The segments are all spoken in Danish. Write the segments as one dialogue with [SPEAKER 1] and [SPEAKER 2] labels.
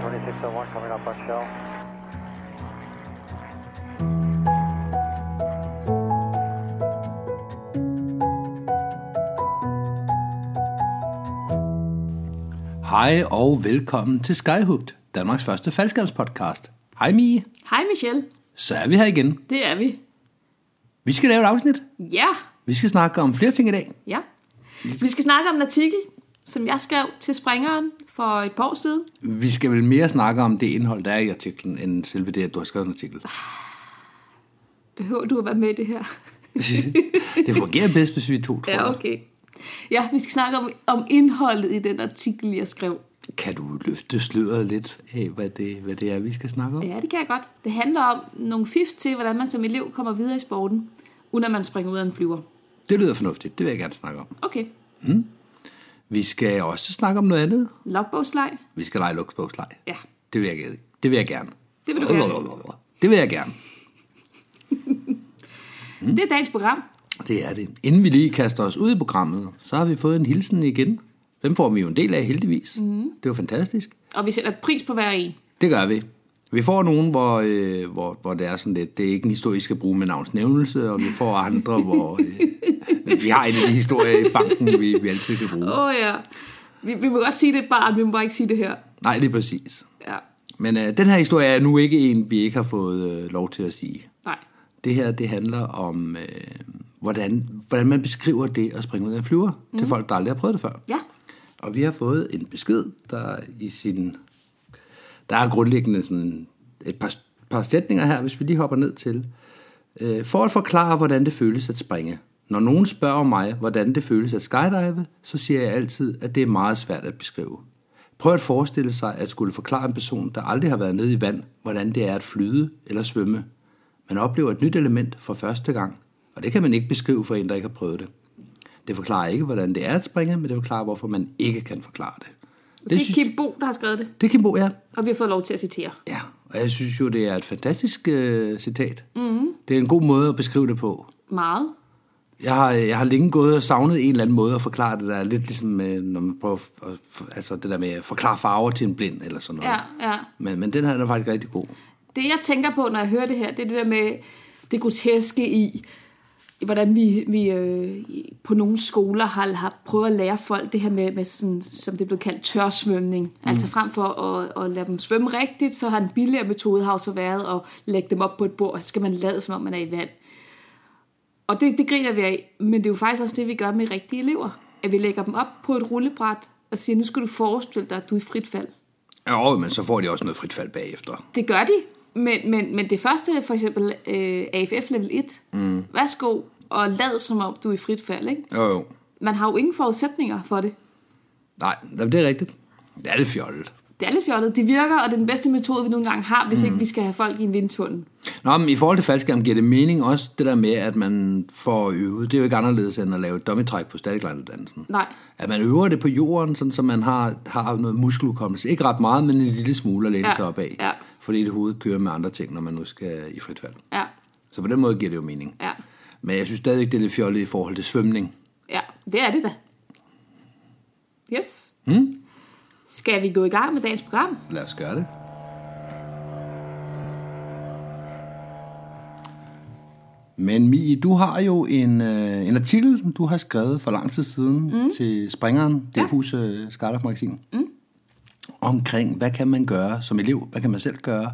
[SPEAKER 1] 2601 coming up on shell.
[SPEAKER 2] Hej og velkommen til Skyhugt, Danmarks første faldskærmspodcast. Hej Mie,
[SPEAKER 3] Hej Michelle,
[SPEAKER 2] så er vi her igen.
[SPEAKER 3] det er vi.
[SPEAKER 2] Vi skal lave et afsnit.
[SPEAKER 3] Ja,
[SPEAKER 2] Vi skal snakke om flere ting i dag.
[SPEAKER 3] ja. Vi skal snakke om en artikel, som jeg skrev til springeren for et par år siden.
[SPEAKER 2] Vi skal vel mere snakke om det indhold, der er i artiklen, end selve det, at du har skrevet en artikel.
[SPEAKER 3] Behøver du at være med i det her?
[SPEAKER 2] Det fungerer bedst, hvis vi er to, tror
[SPEAKER 3] Ja,
[SPEAKER 2] jeg.
[SPEAKER 3] okay. Ja, vi skal snakke om, om indholdet i den artikel, jeg skrev.
[SPEAKER 2] Kan du løfte sløret lidt af, hvad det, hvad det er, vi skal snakke om?
[SPEAKER 3] Ja, det kan jeg godt. Det handler om nogle fif til, hvordan man som elev kommer videre i sporten, uden at man springer ud af en flyver.
[SPEAKER 2] Det lyder fornuftigt, det vil jeg gerne snakke om.
[SPEAKER 3] Okay.
[SPEAKER 2] Vi skal også snakke om noget andet.
[SPEAKER 3] Logbogslej?
[SPEAKER 2] Vi skal lege luksbogslej.
[SPEAKER 3] Ja.
[SPEAKER 2] Det vil jeg, det vil jeg gerne.
[SPEAKER 3] Det vil du gerne.
[SPEAKER 2] Det vil jeg gerne.
[SPEAKER 3] Mm. Det er dagens program.
[SPEAKER 2] Det er det. Inden vi lige kaster os ud i programmet, så har vi fået en hilsen igen. Dem får vi jo en del af heldigvis. Mm. Det var fantastisk.
[SPEAKER 3] Og vi sætter pris på hver en.
[SPEAKER 2] Det gør vi. Vi får nogen, hvor, øh, hvor, hvor det er sådan lidt, det er ikke en historie, I skal bruge med navnsnævnelse, og vi får andre, hvor øh, vi har en lille historie i banken, vi, vi altid kan bruge.
[SPEAKER 3] Åh oh, ja. Vi, vi må godt sige det bare, vi må bare ikke sige det her.
[SPEAKER 2] Nej, det er præcis.
[SPEAKER 3] Ja.
[SPEAKER 2] Men øh, den her historie er nu ikke en, vi ikke har fået øh, lov til at sige.
[SPEAKER 3] Nej.
[SPEAKER 2] Det her, det handler om, øh, hvordan, hvordan man beskriver det at springe ud af en flyver mm. til folk, der aldrig har prøvet det før.
[SPEAKER 3] Ja.
[SPEAKER 2] Og vi har fået en besked, der i sin... Der er grundlæggende sådan et par, par sætninger her, hvis vi lige hopper ned til. Øh, For at forklare, hvordan det føles at springe. Når nogen spørger mig, hvordan det føles at skydive, så siger jeg altid, at det er meget svært at beskrive. Prøv at forestille sig at skulle forklare en person, der aldrig har været nede i vand, hvordan det er at flyde eller svømme. Man oplever et nyt element for første gang, og det kan man ikke beskrive for en, der ikke har prøvet det. Det forklarer ikke, hvordan det er at springe, men det forklarer, hvorfor man ikke kan forklare det.
[SPEAKER 3] Det, det er
[SPEAKER 2] synes-
[SPEAKER 3] Kim Bo, der har skrevet det,
[SPEAKER 2] det er Kimbo, ja.
[SPEAKER 3] og vi har fået lov til at citere.
[SPEAKER 2] Ja, og jeg synes jo, det er et fantastisk øh, citat. Mm. Det er en god måde at beskrive det på.
[SPEAKER 3] Meget.
[SPEAKER 2] Jeg har, jeg har længe gået og savnet en eller anden måde at forklare det der, lidt ligesom øh, når man prøver, at- at, altså det der med at forklare farver til en blind eller sådan noget.
[SPEAKER 3] Ja, ja.
[SPEAKER 2] Men, men den her den er faktisk rigtig god.
[SPEAKER 3] Det, jeg tænker på, når jeg hører det her, det er det der med det groteske i, i hvordan vi, vi øh, i- på nogle skoler har, har prøvet at lære folk det her med, med sådan, som det er blevet kaldt, tørsvømning. Mm. Altså frem for at, at lade dem svømme rigtigt, så har en billigere metode har jo så været at lægge dem op på et bord, og så skal man lade, som om man er i vand. Og det, det griner vi af, men det er jo faktisk også det, vi gør med rigtige elever. At vi lægger dem op på et rullebræt og siger, nu skal du forestille dig, at du er i frit fald.
[SPEAKER 2] Jo, men så får de også noget frit fald bagefter.
[SPEAKER 3] Det gør de, men, men, men det første, for eksempel øh, AFF level 1, mm. værsgo og lad som om, du er i frit fald. Ikke?
[SPEAKER 2] Jo, jo.
[SPEAKER 3] Man har jo ingen forudsætninger for det.
[SPEAKER 2] Nej, jamen, det er rigtigt. Det er lidt fjollet.
[SPEAKER 3] Det er lidt fjollet. Det virker, og det er den bedste metode, vi nogle gange har, hvis mm. ikke vi skal have folk i en vindtunnel.
[SPEAKER 2] Nå, men i forhold til faldskærm giver det mening også det der med, at man får øvet. Det er jo ikke anderledes end at lave et dummy-træk på statiklinuddannelsen.
[SPEAKER 3] Nej.
[SPEAKER 2] At man øver det på jorden, sådan, så man har, har noget muskeludkommelse. Ikke ret meget, men en lille smule at læne
[SPEAKER 3] Ja,
[SPEAKER 2] sig op af.
[SPEAKER 3] ja.
[SPEAKER 2] Fordi det hovedet kører med andre ting, når man nu skal i frit fald.
[SPEAKER 3] Ja,
[SPEAKER 2] Så på den måde giver det jo mening.
[SPEAKER 3] ja,
[SPEAKER 2] Men jeg synes stadigvæk, det er lidt fjollet i forhold til svømning.
[SPEAKER 3] ja. Det er det da. Yes. Mm. Skal vi gå i gang med dagens program?
[SPEAKER 2] Lad os gøre det. Men Mie, du har jo en, øh, en artikel, du har skrevet for lang tid siden mm. til Springeren, DFU's øh, Skarlof Magasin, mm. omkring, hvad kan man gøre som elev, hvad kan man selv gøre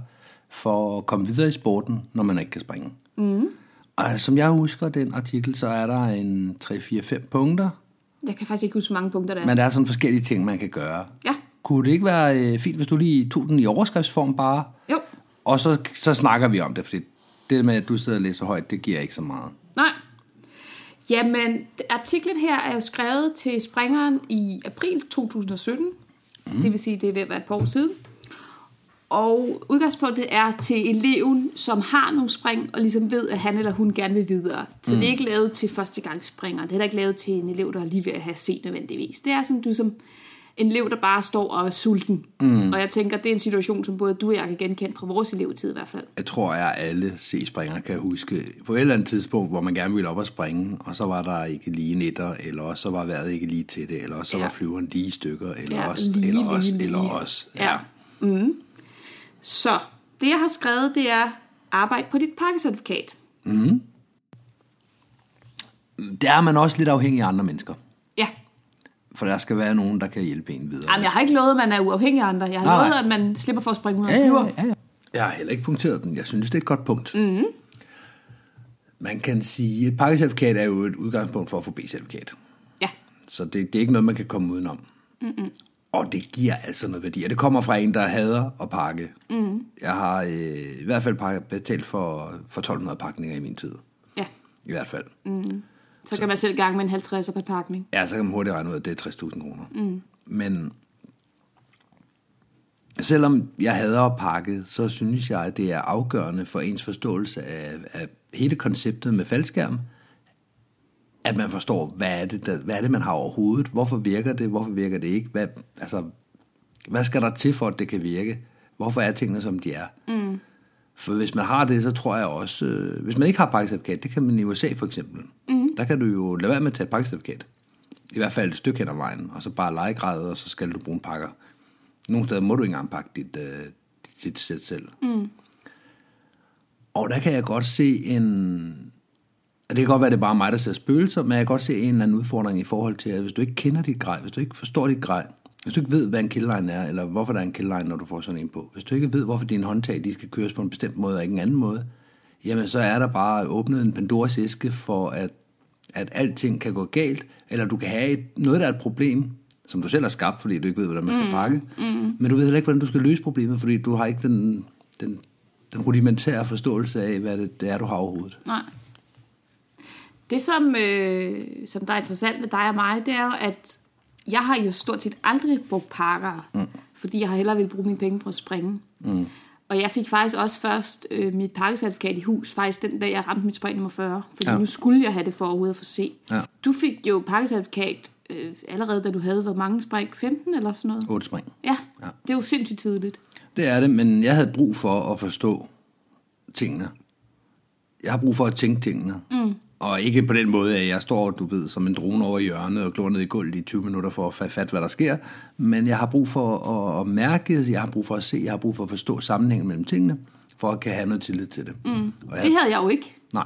[SPEAKER 2] for at komme videre i sporten, når man ikke kan springe. Mm. Og som jeg husker den artikel, så er der en 3-4-5 punkter,
[SPEAKER 3] Jeg kan faktisk ikke huske, hvor mange punkter der er.
[SPEAKER 2] men der er sådan forskellige ting, man kan gøre.
[SPEAKER 3] Ja.
[SPEAKER 2] Kunne det ikke være øh, fint, hvis du lige tog den i overskriftsform bare,
[SPEAKER 3] Jo.
[SPEAKER 2] og så, så snakker vi om det, fordi det med, at du sidder og læser højt, det giver ikke så meget.
[SPEAKER 3] Nej. Jamen, artiklen her er jo skrevet til Springeren i april 2017. Mm. Det vil sige, det er ved at være et par år siden. Og udgangspunktet er til eleven, som har nogle spring, og ligesom ved, at han eller hun gerne vil videre. Så mm. det er ikke lavet til førstegangsspringer. Det er heller ikke lavet til en elev, der er lige ved at have set nødvendigvis. Det er som du som en elev, der bare står og er sulten. Mm. Og jeg tænker, det er en situation, som både du og jeg kan genkende fra vores elevtid i hvert fald.
[SPEAKER 2] Jeg tror, at alle C-springere kan huske på et eller andet tidspunkt, hvor man gerne ville op og springe, og så var der ikke lige netter, eller også så var vejret ikke lige til det, eller også så
[SPEAKER 3] Ja.
[SPEAKER 2] var flyveren lige i stykker, eller
[SPEAKER 3] Ja,
[SPEAKER 2] også,
[SPEAKER 3] lige,
[SPEAKER 2] eller
[SPEAKER 3] lige,
[SPEAKER 2] også,
[SPEAKER 3] lige.
[SPEAKER 2] eller også.
[SPEAKER 3] Ja. Mm. Så det, jeg har skrevet, det er arbejde på dit pakkecertifikat.
[SPEAKER 2] Der er man også lidt afhængig af andre mennesker.
[SPEAKER 3] Ja,
[SPEAKER 2] For der skal være nogen, der kan hjælpe en videre.
[SPEAKER 3] Jamen, jeg har ikke lovet, at man er uafhængig af andre. Jeg har
[SPEAKER 2] Nej,
[SPEAKER 3] lovet,
[SPEAKER 2] nej.
[SPEAKER 3] at man slipper for at springe ud af
[SPEAKER 2] Ja,
[SPEAKER 3] flyver.
[SPEAKER 2] ja, ja, ja. Jeg har heller ikke punkteret den. Jeg synes, det er et godt punkt. Mm-hmm. Man kan sige, et pakkecertifikat er jo et udgangspunkt for at få B-certifikat.
[SPEAKER 3] ja.
[SPEAKER 2] Så det, det er ikke noget, man kan komme udenom. Mm-hmm. Og det giver altså noget værdi. Og det kommer fra en, der hader at pakke. Mm. Jeg har øh, i hvert fald pakket, betalt for, for 1200 pakninger i min tid.
[SPEAKER 3] ja.
[SPEAKER 2] I hvert fald. Mm.
[SPEAKER 3] Så kan man selv gang med en 50'er per pakning.
[SPEAKER 2] Ja, så kan man hurtigt regne ud, at det er 60.000 kroner. Mm. Men selvom jeg hader at pakke, så synes jeg, at det er afgørende for ens forståelse af, af hele konceptet med faldskærm, at man forstår, hvad er, det, der, hvad er det, man har overhovedet? Hvorfor virker det? Hvorfor virker det ikke? Hvad, altså, hvad skal der til for, at det kan virke? Hvorfor er tingene, som de er? Mm. For hvis man har det, så tror jeg også... Øh, hvis man ikke har pakkecertifikat, det kan man i USA for eksempel. Mm. Der kan du jo lade være med at tage et pakkecertifikat. I hvert fald et stykke hen ad vejen, og så bare legegradet, og så skal du bruge en pakker. Nogle steder må du ikke engang pakke dit, øh, dit sæt selv. Mm. Og der kan jeg godt se en... Og det kan godt være, at det er bare mig, der ser spøgelser, men jeg kan godt se en eller anden udfordring i forhold til, at hvis du ikke kender dit grej, hvis du ikke forstår dit grej, hvis du ikke ved, hvad en kildline er, eller hvorfor der er en kildline, når du får sådan en på, hvis du ikke ved, hvorfor dine håndtag de skal køres på en bestemt måde og ikke en anden måde, jamen så er der bare åbnet en Pandoras æske for, at, at alting kan gå galt, eller du kan have et, noget, der er et problem, som du selv har skabt, fordi du ikke ved, hvordan man skal pakke, mm. men du ved heller ikke, hvordan du skal løse problemet, fordi du har ikke den, den, den rudimentære forståelse af, hvad det, det er, du har overhovedet.
[SPEAKER 3] Nej. Det, som, øh, som der er interessant med dig og mig, det er jo, at jeg har jo stort set aldrig brugt pakker, mm. fordi jeg har hellere ville bruge mine penge på at springe. Mm. Og jeg fik faktisk også først øh, mit pakkecertifikat i hus, faktisk den dag, jeg ramte mit spring nummer 40. Fordi
[SPEAKER 2] Ja.
[SPEAKER 3] ja. nu skulle jeg have det for overhovedet at få se.
[SPEAKER 2] Ja.
[SPEAKER 3] Du fik jo pakkecertifikat øh, allerede, da du havde, hvor mange spring? 15 eller sådan noget?
[SPEAKER 2] Otte spring.
[SPEAKER 3] Ja, ja. det er jo sindssygt tidligt.
[SPEAKER 2] Det er det, men jeg havde brug for at forstå tingene. Jeg har brug for at tænke tingene. Mm. Og ikke på den måde, at jeg står, du ved, som en drone over hjørnet og glor ned i gulvet i 20 minutter for at fatte, hvad der sker. Men jeg har brug for at, at mærke, jeg har brug for at se, jeg har brug for at forstå sammenhængen mellem tingene, for at kan have noget tillid til det. Mm. Og jeg,
[SPEAKER 3] Det havde jeg jo ikke.
[SPEAKER 2] nej.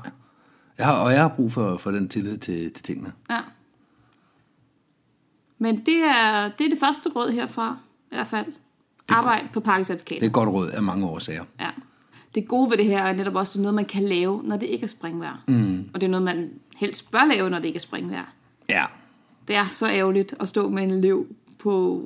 [SPEAKER 2] Jeg har, og jeg har brug for, for den tillid til, til tingene.
[SPEAKER 3] Ja. Men det er, det er det første råd herfra, i hvert fald. Arbejde på
[SPEAKER 2] Det er
[SPEAKER 3] pakkecertifikatet.
[SPEAKER 2] et godt råd af mange årsager.
[SPEAKER 3] Ja. Det gode ved det her er netop også, at det er noget, man kan lave, når det ikke er springvejr. Mm. Og det er noget, man helst bør lave, når det ikke er springvejr.
[SPEAKER 2] Ja,
[SPEAKER 3] Det er så ærgerligt at stå med en elev på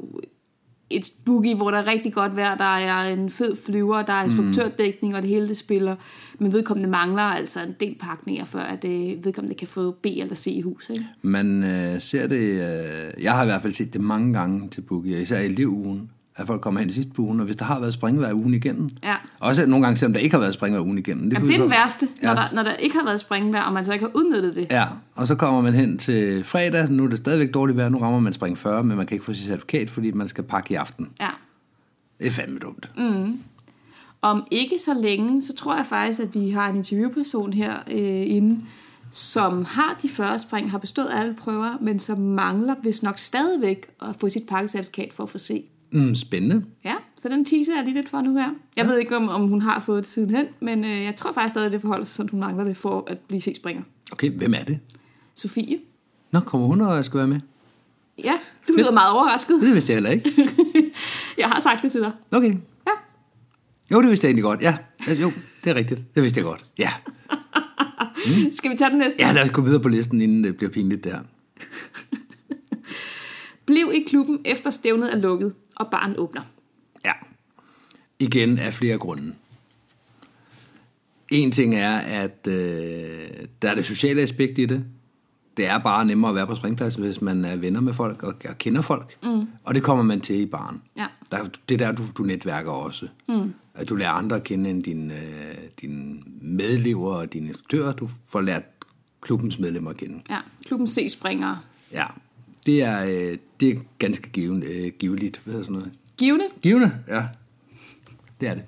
[SPEAKER 3] et boogie, hvor der er rigtig godt vejr, der er en fed flyver, der er instruktørdækning, og det hele det spiller. Men vedkommende mangler altså en del pakninger, før at øh, vedkommende kan få B eller C i hus. Ikke?
[SPEAKER 2] Man øh, ser det, øh, jeg har i hvert fald set det mange gange til Boogie, og især i elevugen, at folk kommer hen i sidste på ugen, og hvis der har været springvejr ugen igennem,
[SPEAKER 3] Ja.
[SPEAKER 2] også nogle gange, selvom der ikke har været springvejr ugen igennem.
[SPEAKER 3] Jamen,
[SPEAKER 2] kunne
[SPEAKER 3] det er
[SPEAKER 2] jo
[SPEAKER 3] den
[SPEAKER 2] så-
[SPEAKER 3] værste, når,
[SPEAKER 2] Ja,
[SPEAKER 3] der, når der ikke har været springvejr, og man så ikke har udnyttet det.
[SPEAKER 2] Ja, og så kommer man hen til fredag, nu er det stadigvæk dårligt vejr, nu rammer man spring 40, men man kan ikke få sit certifikat, fordi man skal pakke i aften.
[SPEAKER 3] Ja.
[SPEAKER 2] Det er fandme dumt.
[SPEAKER 3] Om ikke så længe, så tror jeg faktisk, at vi har en interviewperson her øh, inde, som har de 40 spring, har bestået alle prøver, men som mangler, hvis nok stadigvæk, at få sit pakkecertifikat for at få se.
[SPEAKER 2] Mm. Mm, spændende.
[SPEAKER 3] Ja, så den teaser jeg lige lidt for nu her. Jeg ja. ved ikke, om, om hun har fået det sidenhen, men øh, jeg tror faktisk stadig, at det forholder sig, som hun mangler det for at blive C-springer.
[SPEAKER 2] Okay, hvem er det?
[SPEAKER 3] Sofie?
[SPEAKER 2] Nå, kommer hun og skal være med?
[SPEAKER 3] Ja, du lyder meget overrasket.
[SPEAKER 2] Det vidste jeg heller ikke.
[SPEAKER 3] jeg har sagt det til dig.
[SPEAKER 2] Okay.
[SPEAKER 3] Ja.
[SPEAKER 2] Jo, det vidste jeg egentlig godt. Ja, Ja, jo, det er rigtigt. Det vidste jeg godt. Ja.
[SPEAKER 3] Skal vi tage den næste?
[SPEAKER 2] Ja, lad os gå videre på listen, inden det bliver pinligt der.
[SPEAKER 3] Bliv i klubben efter stævnet er lukket, og barn åbner.
[SPEAKER 2] Ja. Igen af flere grunde. En ting er, at øh, der er det sociale aspekt i det. Det er bare nemmere at være på springpladsen, hvis man er venner med folk og, og kender folk. Mm. Og det kommer man til i baren.
[SPEAKER 3] Ja.
[SPEAKER 2] Der, det er der, du, du netværker også. Mm. At du lærer andre at kende end dine øh, din medlever og dine instruktører. Du får lært klubbens medlemmer at kende.
[SPEAKER 3] Ja, klubben C-springere.
[SPEAKER 2] Ja, det er, øh, det er ganske given, øh, giveligt. Hvad hedder sådan noget?
[SPEAKER 3] Givende?
[SPEAKER 2] Givende, ja. Det er det.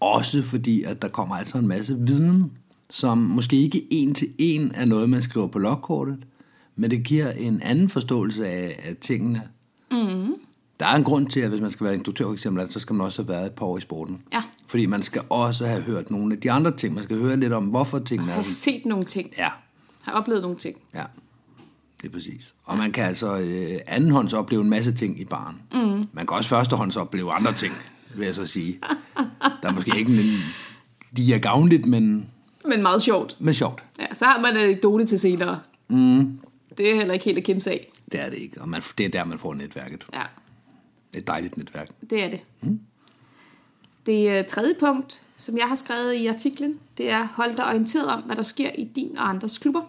[SPEAKER 2] Også fordi, at der kommer altså en masse viden, som måske ikke en til en er noget, man skriver på logkortet, men det giver en anden forståelse af, af tingene. Mm. Der er en grund til, at hvis man skal være instruktør for eksempel, så skal man også have været et par år i sporten.
[SPEAKER 3] Ja.
[SPEAKER 2] Fordi man skal også have hørt nogle af de andre ting. Man skal høre lidt om, hvorfor tingene er...
[SPEAKER 3] Har set nogle ting.
[SPEAKER 2] Ja,
[SPEAKER 3] Har oplevet nogle ting.
[SPEAKER 2] ja. Det er præcis. Og man kan altså øh, andenhånds opleve en masse ting i baren. Mm. Man kan også førstehånds opleve andre ting, vil jeg så sige. Der er måske ikke en... De er gavnligt, men,
[SPEAKER 3] Men meget sjovt.
[SPEAKER 2] men sjovt.
[SPEAKER 3] Ja, så har man en anekdote til senere. Mm. Det er heller ikke helt at kæmpe sig af.
[SPEAKER 2] Det er det ikke. Og man, det er der, man får netværket.
[SPEAKER 3] Ja,
[SPEAKER 2] Et dejligt netværk.
[SPEAKER 3] det er det. Mm. Det øh, tredje punkt, som jeg har skrevet i artiklen, det er hold dig orienteret om, hvad der sker i din og andres klubber.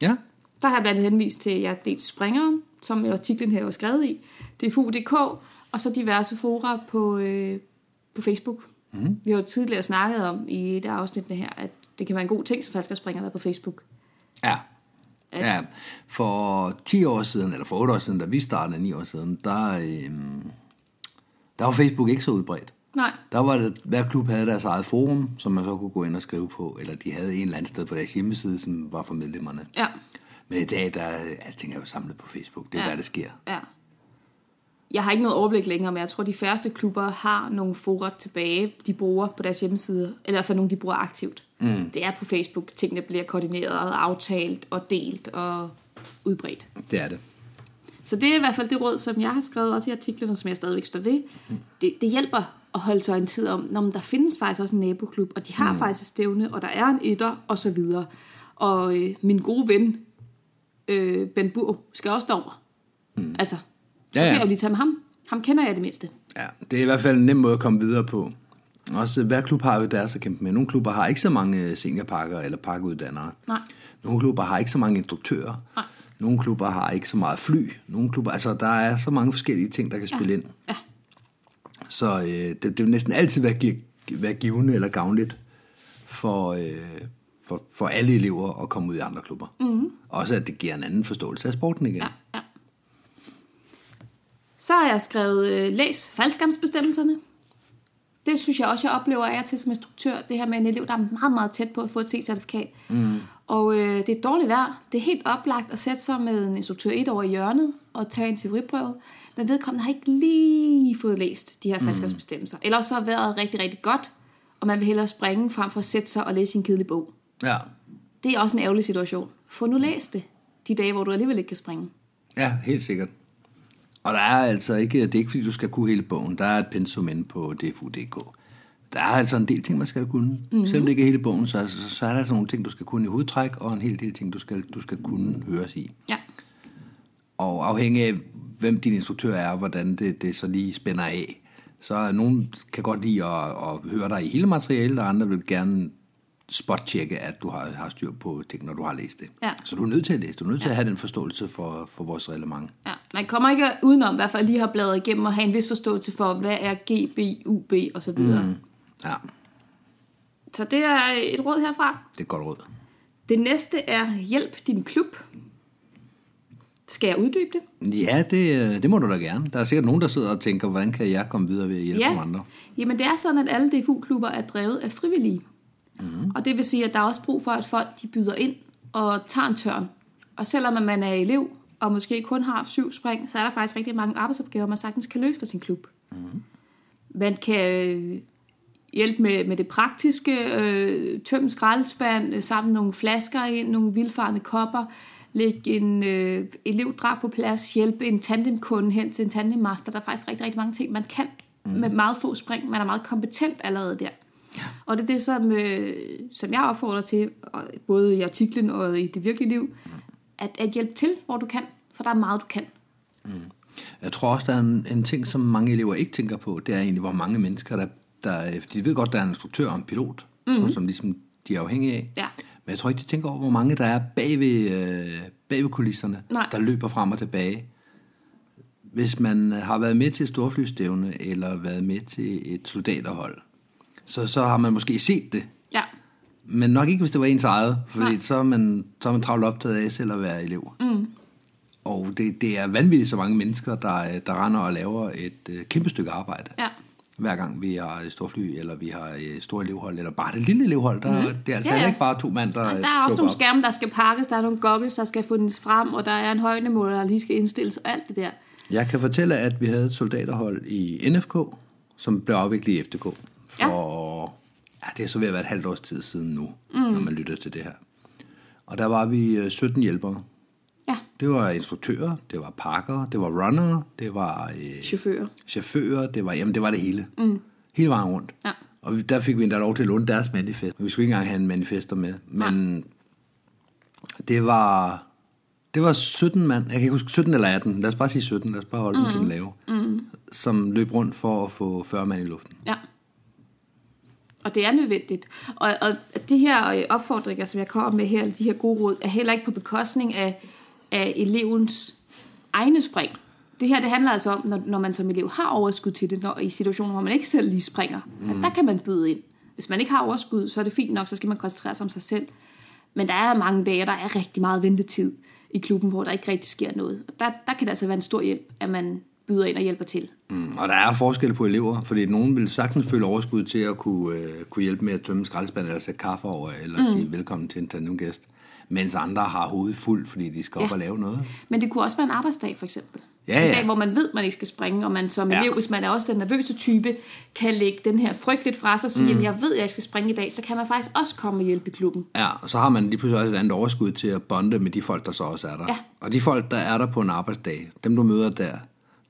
[SPEAKER 2] Ja,
[SPEAKER 3] Der har jeg blandt andet henvist til, at jeg dels springeren, som artiklen her er skrevet i, DFU.dk, og så diverse fora på, øh, på Facebook. Mm. Vi har jo tidligere snakket om i et af afsnittene her, at det kan være en god ting, som faktisk springer at være på Facebook.
[SPEAKER 2] Ja. ja. For 10 år siden, eller for 8 år siden, da vi startede 9 år siden, der, øhm, der var Facebook ikke så udbredt.
[SPEAKER 3] Nej,
[SPEAKER 2] Der var det, hver klub havde deres eget forum, som man så kunne gå ind og skrive på, eller de havde en eller anden sted på deres hjemmeside, som var for medlemmerne.
[SPEAKER 3] ja,
[SPEAKER 2] Men i dag, der er alting er jo samlet på Facebook. Det er ja.
[SPEAKER 3] Ja.
[SPEAKER 2] der, det sker.
[SPEAKER 3] ja. Jeg har ikke noget overblik længere, men jeg tror, de færreste klubber har nogle fora tilbage, de bruger på deres hjemmeside, eller i hvert fald nogle, de bruger aktivt. Mm. Det er på Facebook, tingene bliver koordineret og aftalt og delt og udbredt.
[SPEAKER 2] Det er det.
[SPEAKER 3] Så det er i hvert fald det råd, som jeg har skrevet også i artiklen, og som jeg stadigvæk står ved. Det, det hjælper at holde sig orienteret om, når der findes faktisk også en naboklub, og de har mm. faktisk et stævne, og der er en etter, og så videre. Og øh, min gode ven, øh, Ben Bur, skal også derover. Mm. Altså, så
[SPEAKER 2] Ja,
[SPEAKER 3] ja,
[SPEAKER 2] ja.
[SPEAKER 3] ja. kan jeg jo lige tage med ham. Ham kender jeg det mindste.
[SPEAKER 2] Ja, det er i hvert fald en nem måde at komme videre på. Også hver klub har jo deres at kæmpe med. Nogle klubber har ikke så mange seniorpakker eller pakkeuddannere.
[SPEAKER 3] Nej.
[SPEAKER 2] Nogle klubber har ikke så mange instruktører.
[SPEAKER 3] Nej.
[SPEAKER 2] Nogle klubber har ikke så meget fly. Nogle klubber, altså der er så mange forskellige ting, der kan spille ind.
[SPEAKER 3] Ja,
[SPEAKER 2] Så øh, det, det vil næsten altid være, gi- være givende eller gavnligt for, øh, for, for alle elever at komme ud i andre klubber. Mm-hmm. Også at det giver en anden forståelse af sporten igen.
[SPEAKER 3] Mhm. ja, ja. Så har jeg skrevet, øh, læs faldskærmsbestemmelserne. det synes jeg også, jeg oplever af og til som instruktør, det her med en elev, der er meget, meget tæt på at få et C-certifikat. Mm. Og øh, det er dårligt vejr. Det er helt oplagt at sætte sig med en instruktør et over i hjørnet og tage en teoriprøve. Men vedkommende har ikke lige fået læst de her faldskabsbestemmelser. Mm. Eller så har vejret rigtig, rigtig godt, og man vil hellere springe frem for at sætte sig og læse sin kedelige bog.
[SPEAKER 2] Ja,
[SPEAKER 3] Det er også en ærgerlig situation. Få nu læst det, de dage, hvor du alligevel ikke kan springe.
[SPEAKER 2] ja helt sikkert. Og der er altså ikke, det er ikke fordi, du skal kunne hele bogen. Der er et pensum inde på DFU.dk. Der er altså en del ting, man skal kunne. Mm-hmm. Selvom det ikke er hele bogen, så, er- så, så er der altså nogle ting, du skal kunne i hovedtræk, og en hel del ting, du skal, du skal kunne høres i.
[SPEAKER 3] Ja,
[SPEAKER 2] Og afhængig af, hvem din instruktør er, og hvordan det, det så lige spænder af. Så er nogen kan godt lide at, at høre dig i hele materialet, og andre vil gerne spot-tjekke, at du har, har styr på ting, når du har læst det.
[SPEAKER 3] Ja.
[SPEAKER 2] Så du er nødt til at læse, du er nødt til at have den forståelse for, for vores reglement.
[SPEAKER 3] ja. Man kommer ikke udenom, i hvert fald lige har bladret igennem og have en vis forståelse for, hvad er GB, UB osv. Mm.
[SPEAKER 2] Ja,
[SPEAKER 3] Så det er et råd herfra.
[SPEAKER 2] det er et godt råd.
[SPEAKER 3] Det næste er hjælp din klub. Skal jeg uddybe det?
[SPEAKER 2] Ja, det, øh, det må du da gerne. Der er sikkert nogen, der sidder og tænker, hvordan kan jeg komme videre ved at hjælpe nogle andre?
[SPEAKER 3] Jamen det er sådan, at alle DFU-klubber er drevet af frivillige.
[SPEAKER 2] Mm-hmm.
[SPEAKER 3] Mm. Og det vil sige, at der er også brug for, at folk de byder ind og tager en tørn. Og selvom at man er elev og måske kun har syv spring, så er der faktisk rigtig mange arbejdsopgaver, man sagtens kan løse for sin klub. Mm.
[SPEAKER 2] Mm-hmm.
[SPEAKER 3] Man kan øh, hjælpe med, med det praktiske, øh, tømme skraldespand, øh, samle nogle flasker ind, nogle vildfarende kopper, lægge en øh, elevdrag på plads, hjælpe en tandemkunde hen til en tandemmaster. Der er faktisk rigtig, rigtig mange ting, man kan mm. med meget få spring. Man er meget kompetent allerede der. Ja. Og det er det, som, øh, som jeg opfordrer til, og både i artiklen og i det virkelige liv, at, at hjælpe til, hvor du kan, for der er meget, du kan.
[SPEAKER 2] Jeg tror også, der er en, en ting, som mange elever ikke tænker på, det er egentlig, hvor mange mennesker, der... der øh, de ved godt, der er en instruktør og en pilot, mm-hmm. som, som ligesom de er afhængige af.
[SPEAKER 3] Mhm. Ja.
[SPEAKER 2] Men jeg tror ikke, de tænker over, hvor mange der er bag ved, øh, bag ved kulisserne,
[SPEAKER 3] Nej.
[SPEAKER 2] der løber frem og tilbage. Hvis man øh, har været med til et storflystævne, eller været med til et soldaterhold, så, så har man måske set det,
[SPEAKER 3] Ja,
[SPEAKER 2] men nok ikke, hvis det var ens eget, fordi så er, man, så er man travlt optaget af selv at være elev. Mm. Og det, det er vanvittigt så mange mennesker, der, øh, der render og laver et øh, kæmpe stykke arbejde.
[SPEAKER 3] Ja.
[SPEAKER 2] Hver gang vi har øh, storfly, eller vi har øh, store elevhold, eller bare det lille elevhold, der, mm. det er altså
[SPEAKER 3] Mm-hmm. Ja,
[SPEAKER 2] ja,
[SPEAKER 3] ja.
[SPEAKER 2] ikke bare to mand, der
[SPEAKER 3] og
[SPEAKER 2] øh,
[SPEAKER 3] der er også
[SPEAKER 2] dukker
[SPEAKER 3] nogle
[SPEAKER 2] op.
[SPEAKER 3] skærme, der skal pakkes, der er nogle goggles, der skal fundes frem, og der er en højdemåler, der lige skal indstilles, og alt det der.
[SPEAKER 2] Jeg kan fortælle, at vi havde et soldaterhold i NFK, som blev afviklet i FDK. For, ja. ja det er så ved at være et halvt års tid siden nu, mm. når man lytter til det her. Og der var vi øh, 17 hjælpere.
[SPEAKER 3] Ja,
[SPEAKER 2] Det var instruktører, det var pakker, det var runner, det var øh,
[SPEAKER 3] chauffører.
[SPEAKER 2] chauffører, det var, jamen, det var det hele. Mm. Hele vejen rundt.
[SPEAKER 3] Ja.
[SPEAKER 2] Og vi- der fik vi endda lov til at låne deres manifest. Vi skulle ikke engang have en manifester med. Men det var, det var 17 mand, jeg kan ikke huske, 17 eller 18, lad os bare sige 17, lad os bare holde mm. den til den lave, mm. som løb rundt for at få 40 mand i luften.
[SPEAKER 3] Ja. Og det er nødvendigt. Og, og de her øh, opfordringer, som jeg kommer med her, eller de her gode råd, er heller ikke på bekostning af, af elevens egne spring. Det her, det handler altså om, når, når man som elev har overskud til det, når, i situationer, hvor man ikke selv lige springer. Mm. At der kan man byde ind. Hvis man ikke har overskud, så er det fint nok, så skal man koncentrere sig om sig selv. Men der er mange dage, der er rigtig meget ventetid i klubben, hvor der ikke rigtig sker noget. Og der, der kan det altså være en stor hjælp, at man byder ind og hjælper til.
[SPEAKER 2] Mm. Og der er forskel på elever, fordi nogen vil sagtens føle overskud til at kunne, øh, kunne hjælpe med at tømme skraldespanden, eller sætte kaffe over, eller mm. sige velkommen til en tandemgæst. Mens andre har hovedet fuldt, fordi de skal op
[SPEAKER 3] Ja.
[SPEAKER 2] og lave noget.
[SPEAKER 3] Men det kunne også være en arbejdsdag, for eksempel.
[SPEAKER 2] Ja,
[SPEAKER 3] En
[SPEAKER 2] ja.
[SPEAKER 3] dag, hvor man ved, man ikke skal springe, og man som
[SPEAKER 2] Ja.
[SPEAKER 3] ja. elev, hvis man er også den nervøse type, kan lægge den her frygt lidt fra sig og sige, mm. jeg ved, at jeg skal springe i dag, så kan man faktisk også komme og hjælpe i klubben.
[SPEAKER 2] Ja, og så har man lige pludselig også et andet overskud til at bonde med de folk, der så også er der.
[SPEAKER 3] Ja.
[SPEAKER 2] Og de folk, der er der på en arbejdsdag, dem du møder der,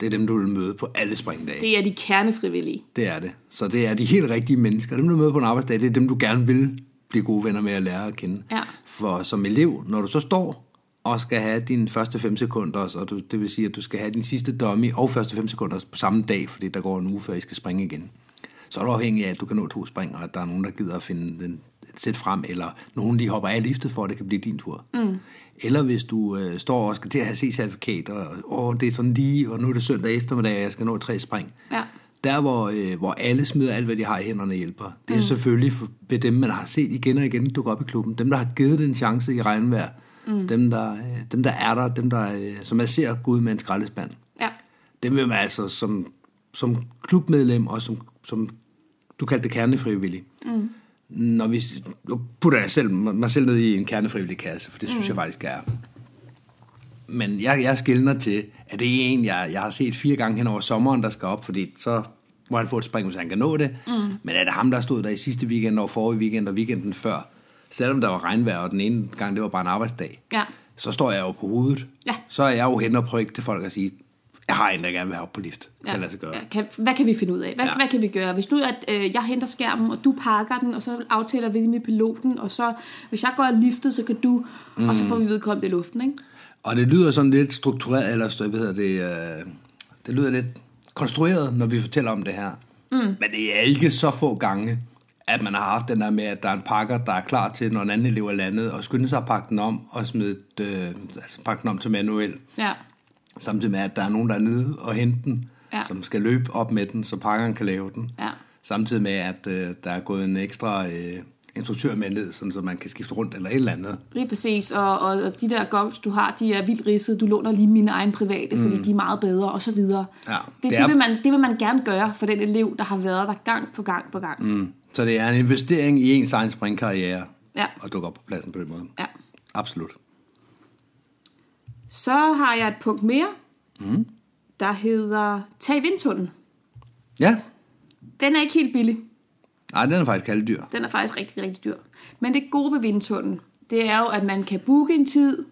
[SPEAKER 2] det er dem, du vil møde på alle springdage. Det,
[SPEAKER 3] Det er de kernefrivillige.
[SPEAKER 2] det er det. Så det er de helt rigtige mennesker. Dem, du møder på en arbejdsdag, det er dem, du gerne vil blive gode venner med at lære at kende.
[SPEAKER 3] Ja.
[SPEAKER 2] For som elev, når du så står og skal have dine første 5 sekunder, og du, det vil sige, at du skal have din sidste dummy og første 5 sekunder på samme dag, fordi der går en uge, før I skal springe igen. Så er du afhængig af, at du kan nå to spring, og at der er nogen, der gider at finde den sæt frem, eller nogen lige hopper af liftet for, at det kan blive din tur. Mm. Eller hvis du øh, står og skal til at have C-certifikat, og åh, det er sådan lige, og nu er det søndag eftermiddag, og jeg skal nå tre spring.
[SPEAKER 3] Ja.
[SPEAKER 2] Der, hvor, øh, hvor alle smider alt, hvad de har i hænderne og hjælper, det er mm. selvfølgelig for- ved dem, man har set igen og igen dukke op i klubben. Dem, der har givet det en chance i regnvejr. Mm. Dem, der, øh, dem, der er der. Dem, der, øh, som man ser gå ud med en skraldespand.
[SPEAKER 3] Ja.
[SPEAKER 2] Dem vil man altså som, som klubmedlem og som, som du kaldte det kernefrivillig. Mm. Når vi, nu putter jeg selv, mig selv ned i en kernefrivillig kasse, for det synes mm. jeg faktisk jeg er. Men jeg, jeg skældner til, at det er en, jeg, jeg har set fire gange hen over sommeren, der skal op, fordi så må han få et spring, hvis han kan nå det. Mm. Men er det ham, der stod der i sidste weekend og forrige weekend og weekenden før, selvom der var regnvejr, og den ene gang, det var bare en arbejdsdag,
[SPEAKER 3] Ja.
[SPEAKER 2] så står jeg jo på hovedet.
[SPEAKER 3] Ja.
[SPEAKER 2] Så er jeg jo hen og prøve til folk at sige, jeg har en, der gerne vil have op på lift. Ja.
[SPEAKER 3] Ja.
[SPEAKER 2] Kan lade sig gøre.
[SPEAKER 3] Ja, kan, hvad kan vi finde ud af? Hvad,
[SPEAKER 2] Ja.
[SPEAKER 3] ja. hvad kan vi gøre? Hvis nu at, øh, jeg henter skærmen, og du pakker den, og så aftaler vi det med piloten, og så hvis jeg går af liftet, så kan du, mm. og så får vi vedkommende i luften, ikke?
[SPEAKER 2] Og det lyder sådan lidt struktureret, eller så- hvad hedder det, øh, det lyder lidt konstrueret, når vi fortæller om det her. Mm. Men det er ikke så få gange, at man har haft den der med, at der er en pakker, der er klar til, når en anden elev er landet, og skynder sig at pakke den om, og smide øh, altså pakke den om til manuel.
[SPEAKER 3] Ja.
[SPEAKER 2] Samtidig med, at der er nogen, der er nede og hente den, ja.
[SPEAKER 3] Ja.
[SPEAKER 2] som skal løbe op med den, så pakkeren kan lave den.
[SPEAKER 3] Ja.
[SPEAKER 2] Samtidig med, at øh, der er gået en ekstra øh, instruktør med ned, sådan, så man kan skifte rundt eller et eller andet.
[SPEAKER 3] Lige præcis, og, og, og de der goggles, du har, de er vildt ridsede. Du låner lige mine egne private, mm. fordi de er meget bedre, og så videre.
[SPEAKER 2] Ja,
[SPEAKER 3] det,
[SPEAKER 2] det
[SPEAKER 3] det,
[SPEAKER 2] er-
[SPEAKER 3] det, vil man, det vil man gerne gøre for den elev, der har været der gang på gang på gang. Mm.
[SPEAKER 2] Så det er en investering i ens egen springkarriere
[SPEAKER 3] Ja.
[SPEAKER 2] at dukke op på pladsen på den måde.
[SPEAKER 3] Ja.
[SPEAKER 2] Absolut.
[SPEAKER 3] Så har jeg et punkt mere, mm. der hedder Tag i vindtunnel.
[SPEAKER 2] Ja,
[SPEAKER 3] Den er ikke helt billig.
[SPEAKER 2] Ej, den er faktisk kaldedyr.
[SPEAKER 3] Den er faktisk rigtig, rigtig dyr. Men det gode ved vindtunnel, det er jo, at man kan booke en tid,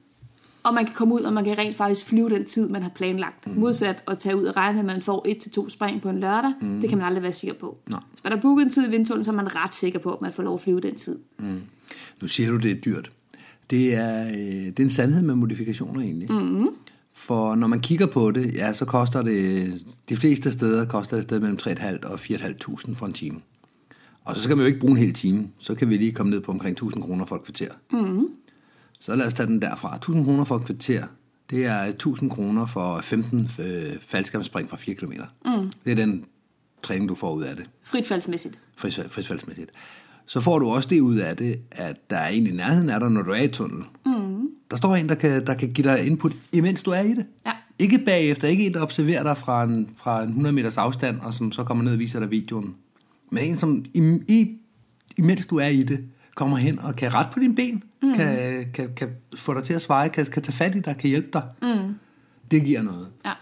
[SPEAKER 3] og man kan komme ud, og man kan rent faktisk flyve den tid, man har planlagt. Mm. Modsat at tage ud og regne, at man får et til to spring på en lørdag, mm. det kan man aldrig være sikker på.
[SPEAKER 2] Nej.
[SPEAKER 3] Hvis man har booket en tid i vindtunnel, så er man ret sikker på, at man får lov at flyve den tid.
[SPEAKER 2] Mm. Nu siger du, det er dyrt. Det er, øh, det er en sandhed med modifikationer egentlig. Mm-hmm. For når man kigger på det, ja, så koster det, de fleste steder koster det et sted mellem 3.500 og 4.500 for en time. Og så skal man jo ikke bruge en hel time. Så kan vi lige komme ned på omkring 1.000 kroner for et kvarter. Mm-hmm. Så lad os tage den derfra. 1.000 kroner for et kvarter, det er 1.000 kroner for 15 øh, faldskærmspring fra 4 km. Mm. Det er den træning, du får ud af det
[SPEAKER 3] Fritfaldsmæssigt.
[SPEAKER 2] fris- frisfaldsmæssigt. Så får du også det ud af det, at der er en i nærheden af dig, når du er i tunnel. Mm. Der står en, der kan, der kan give dig input, imens du er i det.
[SPEAKER 3] Ja.
[SPEAKER 2] Ikke bagefter, ikke en, der observerer dig fra en, fra en 100 meters afstand, og som så kommer ned og viser dig videoen. Men en, som im, i, imens du er i det, kommer hen og kan rette på dine ben, mm. kan, kan, kan få dig til at svare, kan, kan tage fat i dig, kan hjælpe dig. Mm. Det giver noget.
[SPEAKER 3] Ja.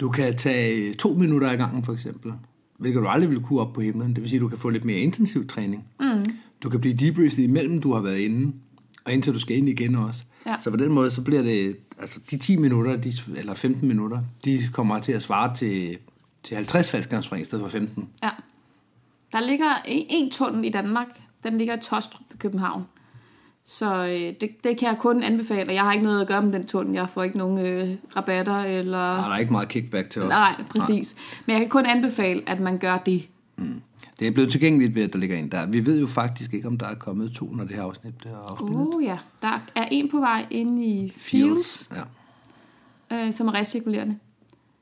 [SPEAKER 2] Du kan tage øh, to minutter ad gangen, for eksempel. Hvilket du aldrig ville kunne op på himlen. Det vil sige, at du kan få lidt mere intensiv træning. Mm. Du kan blive debriefet imellem, du har været inde, og indtil du skal ind igen også.
[SPEAKER 3] Ja.
[SPEAKER 2] Så på den måde, så bliver det... Altså, de 10 minutter, de, eller 15 minutter, de kommer til at svare til, til 50 faldskærmsspring i stedet for 15.
[SPEAKER 3] Ja. Der ligger en, en tunnel i Danmark. Den ligger i Tostrup i København. Så øh, det, det kan jeg kun anbefale, og jeg har ikke noget at gøre med den tunnel. Jeg får ikke nogen øh, rabatter eller...
[SPEAKER 2] Og der er ikke meget kickback til os.
[SPEAKER 3] Nej, præcis. Men jeg kan kun anbefale, at man gør det.
[SPEAKER 2] Mm. Det er blevet tilgængeligt ved, at der ligger en der. Vi ved jo faktisk ikke, om der er kommet to, når det her afsnit bliver afspillet.
[SPEAKER 3] Uh, ja. Der er en på vej inde i Fields,
[SPEAKER 2] Ja.
[SPEAKER 3] øh, som er recirkulerende.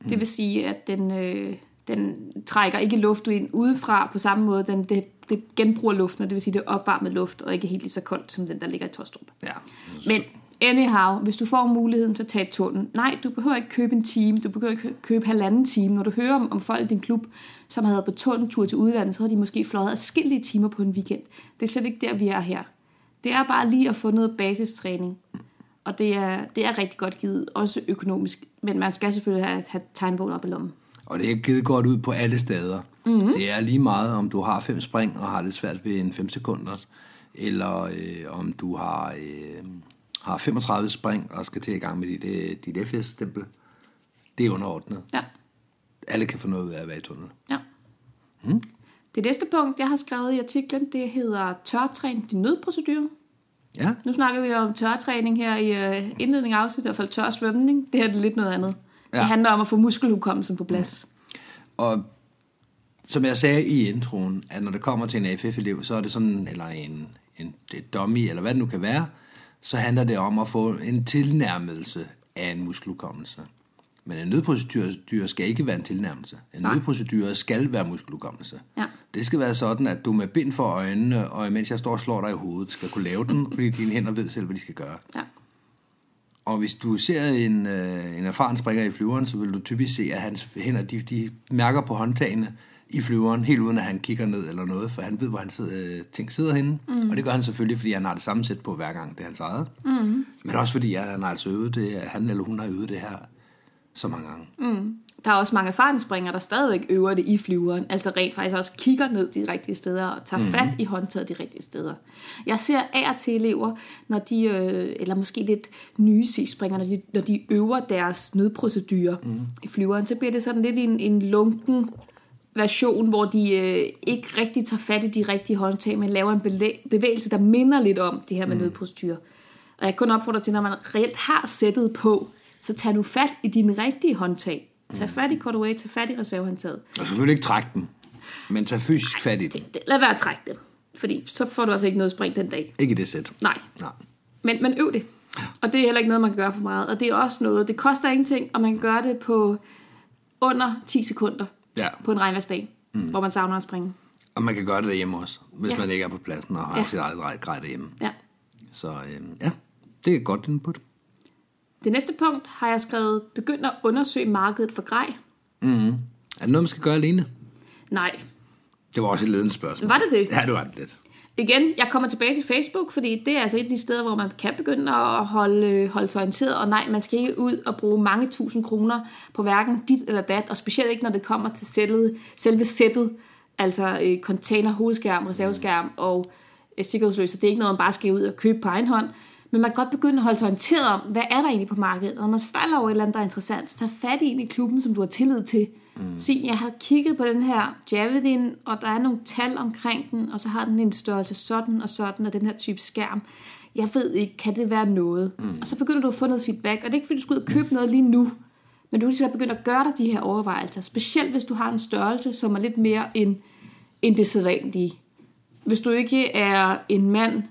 [SPEAKER 3] Mm. Det vil sige, at den, øh, den trækker ikke luft ind udefra på samme måde. Den, det, det genbruger luften, og det vil sige, det er opvarmet luft, og ikke helt lige så koldt som den, der ligger i Tostrup.
[SPEAKER 2] ja.
[SPEAKER 3] Men anyhow, hvis du får muligheden, så tag tunnelen. Nej, du behøver ikke købe en time, du behøver ikke købe halvanden time. Når du hører om, om folk i din klub, som havde været på tunneltur til udlandet, så havde de måske fløjet adskillige timer på en weekend. Det er slet ikke der, vi er her. Det er bare lige at få noget basistræning. Og det er, det er rigtig godt givet, også økonomisk. Men man skal selvfølgelig have, have tegnbogen op i lommen.
[SPEAKER 2] Og det er givet godt ud på alle steder. Mm-hmm. Det er lige meget, om du har fem spring og har lidt svært ved en 5 sekunders, eller øh, om du har, øh, har 35 spring og skal til i gang med dit, øh, dit FS-stempel. Det er underordnet.
[SPEAKER 3] Ja,
[SPEAKER 2] Alle kan få noget ud af at være i tunnel.
[SPEAKER 3] ja.
[SPEAKER 2] Mm.
[SPEAKER 3] Det næste punkt, jeg har skrevet i artiklen, det hedder tørtræn din nødprocedure.
[SPEAKER 2] Ja,
[SPEAKER 3] Nu snakker vi om tørretræning her i øh, indledningen af afsnittet, i hvert fald tør svømning. Det her er lidt noget andet. Ja.
[SPEAKER 2] Ja.
[SPEAKER 3] Det handler om at få muskelhukommelsen på plads.
[SPEAKER 2] Og som jeg sagde i introen, at når det kommer til en AFF-elev, så er det sådan, eller en, en et dummy, eller hvad det nu kan være, så handler det om at få en tilnærmelse af en muskeludkommelse. Men en nødprocedur skal ikke være en tilnærmelse. En
[SPEAKER 3] Nej.
[SPEAKER 2] nødprocedur skal være muskeludkommelse.
[SPEAKER 3] Ja.
[SPEAKER 2] Det skal være sådan, at du med bind for øjnene, og mens jeg står og slår dig i hovedet, skal kunne lave den, fordi dine hænder ved selv, hvad de skal gøre.
[SPEAKER 3] Ja.
[SPEAKER 2] Og hvis du ser en, øh, en erfaren springer i flyveren, så vil du typisk se, at hans hænder de, de mærker på håndtagene i flyveren, helt uden at han kigger ned eller noget, for han ved, hvor hans øh, ting sidder henne. Mm. Og det gør han selvfølgelig, fordi han har det samme sæt på hver gang, det er hans eget. Mm. Men også fordi at han har altså øvet det, at han eller hun har øvet det her så mange gange. Mm.
[SPEAKER 3] Der er også mange erfaringsspringere, der stadigvæk øver det i flyveren. Altså rent faktisk også kigger ned de rigtige steder og tager mm-hmm. fat i håndtaget de rigtige steder. Jeg ser af og til elever, når de, øh, eller måske lidt nye C-springere, når de, når de øver deres nødprocedurer mm. i flyveren, så bliver det sådan lidt en, en lunken version, hvor de øh, ikke rigtig tager fat i de rigtige håndtag, men laver en belæ- bevægelse, der minder lidt om det her med mm. nødprocedurer. Og jeg kan kun opfordre til, når man reelt har sættet på, så tag nu fat i dine rigtige håndtag. Tag fat i cutaway, tag fat i reservehåndtaget.
[SPEAKER 2] Og selvfølgelig ikke trække dem, men tag fysisk fat i den.
[SPEAKER 3] Det- Lad være at trække dem, fordi så får du i hvert fald ikke noget spring den dag.
[SPEAKER 2] Ikke i det sæt.
[SPEAKER 3] Nej,
[SPEAKER 2] Nej.
[SPEAKER 3] men, men øv det. Og det er heller ikke noget, man kan gøre for meget. Og det er også noget, det koster ingenting, og man kan gøre det på under 10 sekunder
[SPEAKER 2] Ja.
[SPEAKER 3] på en regnværsdag, mm. hvor man savner at springe.
[SPEAKER 2] Og man kan gøre det derhjemme også, hvis
[SPEAKER 3] Ja.
[SPEAKER 2] ja. man ikke er på pladsen og har
[SPEAKER 3] Ja.
[SPEAKER 2] ja. sit eget grej grej derhjemme.
[SPEAKER 3] Ja.
[SPEAKER 2] Så øh, ja, det er et godt input.
[SPEAKER 3] Det næste punkt har jeg skrevet, begynd at undersøge markedet for grej.
[SPEAKER 2] Mm. Er det noget, man skal gøre alene?
[SPEAKER 3] Nej.
[SPEAKER 2] Det var også et ledende spørgsmål.
[SPEAKER 3] Var det det?
[SPEAKER 2] Ja, det var det lidt.
[SPEAKER 3] Igen, jeg kommer tilbage til Facebook, fordi det er altså et af de steder, hvor man kan begynde at holde, øh, holde sig orienteret. Og nej, man skal ikke ud og bruge mange tusind kroner på hverken dit eller dat, og specielt ikke, når det kommer til sættet, selve sættet, altså øh, container, hovedskærm, reserveskærm og øh, sikkerhedsløser. Det er ikke noget, man bare skal ud og købe på egen hånd. Men man kan godt begynde at holde sig orienteret om, hvad er der egentlig på markedet. Og når man falder over et eller andet, der er interessant, så tag fat i en i klubben, som du har tillid til. Mm. Sig, jeg har kigget på den her javelin, og der er nogle tal omkring den, og så har den en størrelse sådan og sådan, og den her type skærm. Jeg ved ikke, kan det være noget? Mm. Og så begynder du at få noget feedback, og det er ikke fordi, du skal ud og købe noget lige nu, men du er lige så begyndt at gøre dig de her overvejelser, specielt hvis du har en størrelse, som er lidt mere end, end det sædvanlige hvis du ikke er en mand,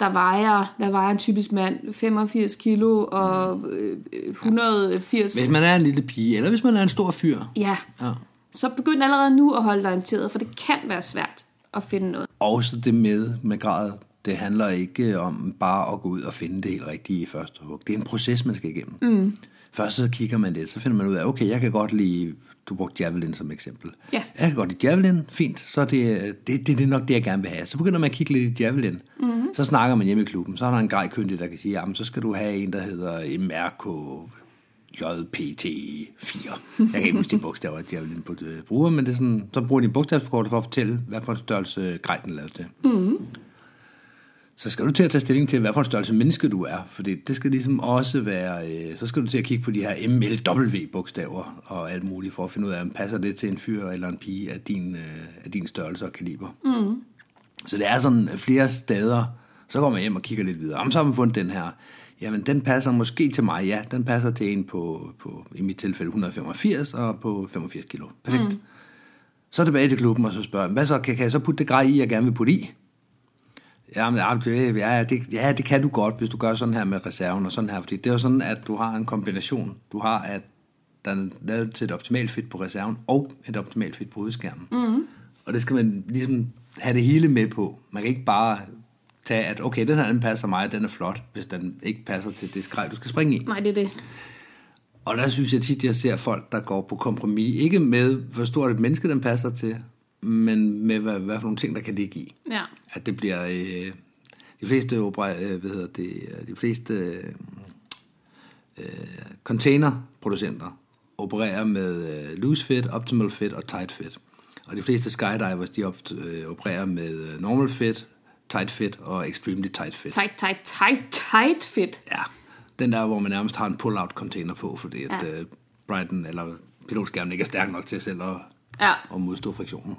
[SPEAKER 3] der vejer, hvad vejer en typisk mand? 85 kilo og øh, øh, 180.
[SPEAKER 2] Hvis man er en lille pige, eller hvis man er en stor fyr.
[SPEAKER 3] Ja,
[SPEAKER 2] Ja.
[SPEAKER 3] så begynd allerede nu at holde dig orienteret, for det kan være svært at finde noget.
[SPEAKER 2] Og så det med, med gradet. Det handler ikke om bare at gå ud og finde det helt rigtige i første hug. Det er en proces, man skal igennem. Mm. Først så kigger man lidt, så finder man ud af, okay, jeg kan godt lide, du brugte javelin som eksempel.
[SPEAKER 3] Ja.
[SPEAKER 2] Jeg kan godt lide javelin, fint, så er det, det, det, det er nok det, jeg gerne vil have. Så begynder man at kigge lidt i javelin. Mm-hmm. Så snakker man hjemme i klubben, så er der en grej køndig, der kan sige, jamen så skal du have en, der hedder MRK JPT4. Jeg kan ikke huske de bogstaver, de har inde på det bruger, men det er sådan, så bruger de en bogstavsforkortet for at fortælle, hvad for en størrelse grej den er lavet til. Mm-hmm. Så skal du til at tage stilling til, hvad for en størrelse menneske du er, for det skal ligesom også være, øh, så skal du til at kigge på de her MLW-bogstaver og alt muligt, for at finde ud af, om passer det til en fyr eller en pige af din, øh, af din størrelse og kaliber. Mm. Så det er sådan øh, flere steder, så går man hjem og kigger lidt videre. Om så har man fundet den her, Jamen, den passer måske til mig, ja. Den passer til en på, på i mit tilfælde, 185 og på 85 kilo. Perfekt. Mm. Så tilbage til klubben, og så spørger jeg, hvad så, kan, kan jeg så putte det grej i, jeg gerne vil putte i? Jamen, ja, det, ja, det, ja, det kan du godt, hvis du gør sådan her med reserven og sådan her. Fordi det er jo sådan, at du har en kombination. Du har, at der er lavet til et optimalt fit på reserven og et optimalt fit på hovedskærmen. Mm. Og det skal man ligesom have det hele med på. Man kan ikke bare tage, at okay, den her den passer mig, den er flot, hvis den ikke passer til det skrej, du skal springe i.
[SPEAKER 3] Nej, det er det.
[SPEAKER 2] Og der synes jeg tit, jeg ser folk, der går på kompromis. Ikke med, hvor stort et menneske den passer til, men med, hvad, hvad for nogle ting, der kan ligge i.
[SPEAKER 3] Ja.
[SPEAKER 2] At det bliver... Øh, de fleste, opera, øh, hvad hedder det, øh, de fleste øh, øh, containerproducenter opererer med øh, loose fit, optimal fit og tight fit. Og de fleste skydivers, de op, øh, opererer med øh, normal fit, tight fit og extremely tight fit.
[SPEAKER 3] Tight, tight, tight, tight fit.
[SPEAKER 2] Ja, den der, hvor man nærmest har en pull-out container på, fordi ja. at
[SPEAKER 3] Ja.
[SPEAKER 2] øh, Brighton eller pilotskærmen ikke er stærk nok til selv at,
[SPEAKER 3] Ja.
[SPEAKER 2] at modstå friktionen.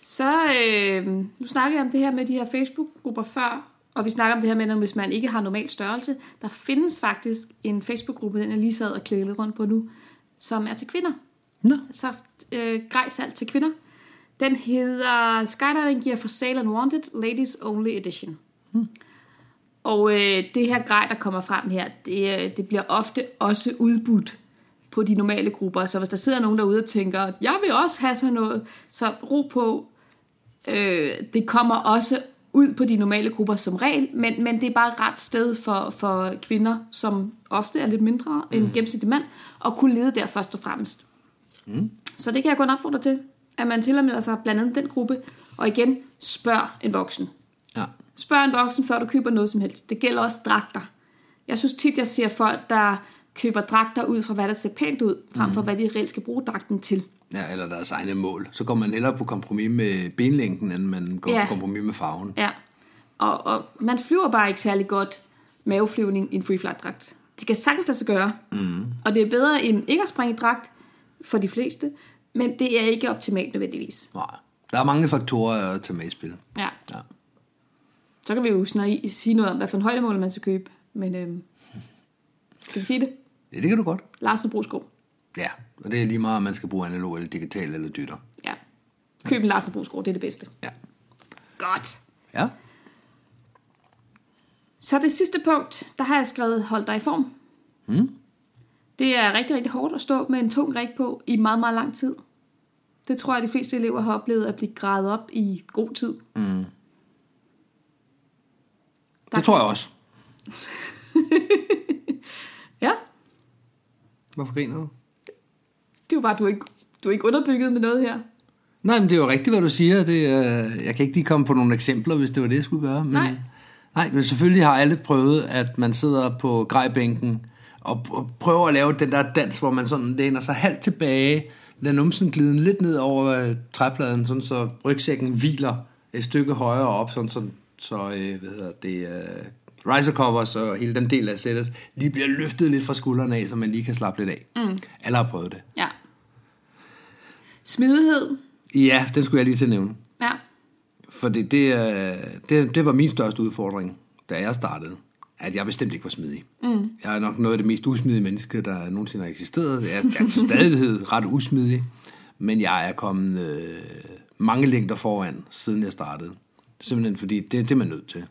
[SPEAKER 3] Så øh, nu snakker jeg om det her med de her Facebook-grupper før, og vi snakker om det her med, at hvis man ikke har normal størrelse, der findes faktisk en Facebook-gruppe, den jeg lige sad og klikkede lidt rundt på nu, som er til kvinder.
[SPEAKER 2] Nå.
[SPEAKER 3] Så øh, grejsalt til kvinder. Den hedder Skydiving Gear for Sale and Wanted Ladies Only Edition. Hmm. Og øh, det her grej, der kommer frem her, det, øh, det bliver ofte også udbudt på de normale grupper. Så hvis der sidder nogen derude og tænker, at jeg vil også have sådan noget, så ro på. Øh, det kommer også ud på de normale grupper som regel, men, men det er bare et ret sted for, for kvinder, som ofte er lidt mindre end gennemsnitlig mand, og kunne lede der først og fremmest. Så det kan jeg kun opfordre til, at man tilmelder sig blandt andet den gruppe, og igen, spørg en voksen.
[SPEAKER 2] Ja.
[SPEAKER 3] Spørg en voksen, før du køber noget som helst. Det gælder også dragter. Jeg synes tit, jeg ser folk, der køber dragter ud fra, hvad der ser pænt ud, frem for, hvad de reelt skal bruge dragten til.
[SPEAKER 2] ja, eller deres egne mål. Så går man hellere på kompromis med benlængden, end man går ja.
[SPEAKER 3] Ja.
[SPEAKER 2] på kompromis med farven.
[SPEAKER 3] Ja. Og, og man flyver bare ikke særlig godt maveflyvning i en freefly-dragt. Det kan sagtens lade sig gøre. Mm. Og det er bedre end ikke at springe i dragt for de fleste, men det er ikke optimalt nødvendigvis.
[SPEAKER 2] Nej. Der er mange faktorer at tage med i spil.
[SPEAKER 3] Ja.
[SPEAKER 2] Ja.
[SPEAKER 3] Så kan vi jo snart sige noget om, hvad for en højdemål man skal købe. Men øhm, skal vi sige det?
[SPEAKER 2] Ja, det kan du godt.
[SPEAKER 3] Lars Nobrosko.
[SPEAKER 2] Ja, og det er lige meget, om man skal bruge analog eller digital eller dytter.
[SPEAKER 3] Ja. Køb en Lars Nobrosko, det er det bedste.
[SPEAKER 2] Ja.
[SPEAKER 3] Godt.
[SPEAKER 2] Ja.
[SPEAKER 3] Så det sidste punkt, der har jeg skrevet, hold dig i form. Mm. Det er rigtig, rigtig hårdt at stå med en tung rig på i meget, meget lang tid. Det tror jeg, de fleste elever har oplevet at blive gradet op i god tid. Mm.
[SPEAKER 2] Det tror jeg også.
[SPEAKER 3] Ja,
[SPEAKER 2] Hvorfor griner du?
[SPEAKER 3] det er jo bare, du er ikke, du er ikke underbygget med noget her.
[SPEAKER 2] Nej, men det er jo rigtigt, hvad du siger. Det, øh, jeg kan ikke lige komme på nogle eksempler, hvis det var det, jeg skulle gøre. Men,
[SPEAKER 3] Nej.
[SPEAKER 2] Nej, men selvfølgelig har alle prøvet, at man sidder på grejbænken og, og prøver at lave den der dans, hvor man sådan læner sig halvt tilbage, lader numsen glide lidt ned over øh, træpladen, sådan så rygsækken hviler et stykke højere op, sådan, sådan så, øh, hvad hedder det, øh, riser covers og hele den del af sættet lige bliver løftet lidt fra skuldrene af, så man lige kan slappe lidt af. Mm. Alle har prøvet det.
[SPEAKER 3] Ja. Smidighed.
[SPEAKER 2] Ja, den skulle jeg lige til at nævne.
[SPEAKER 3] Ja.
[SPEAKER 2] Fordi det, øh, det, det var min største udfordring, da jeg startede. At jeg bestemt ikke var smidig. Mm. Jeg er nok noget af det mest usmidige menneske, der nogensinde har eksisteret. Jeg er, jeg er til stadighed ret usmidig. Men jeg er kommet øh, mange længder foran, siden jeg startede. Simpelthen fordi det, det er man nødt til.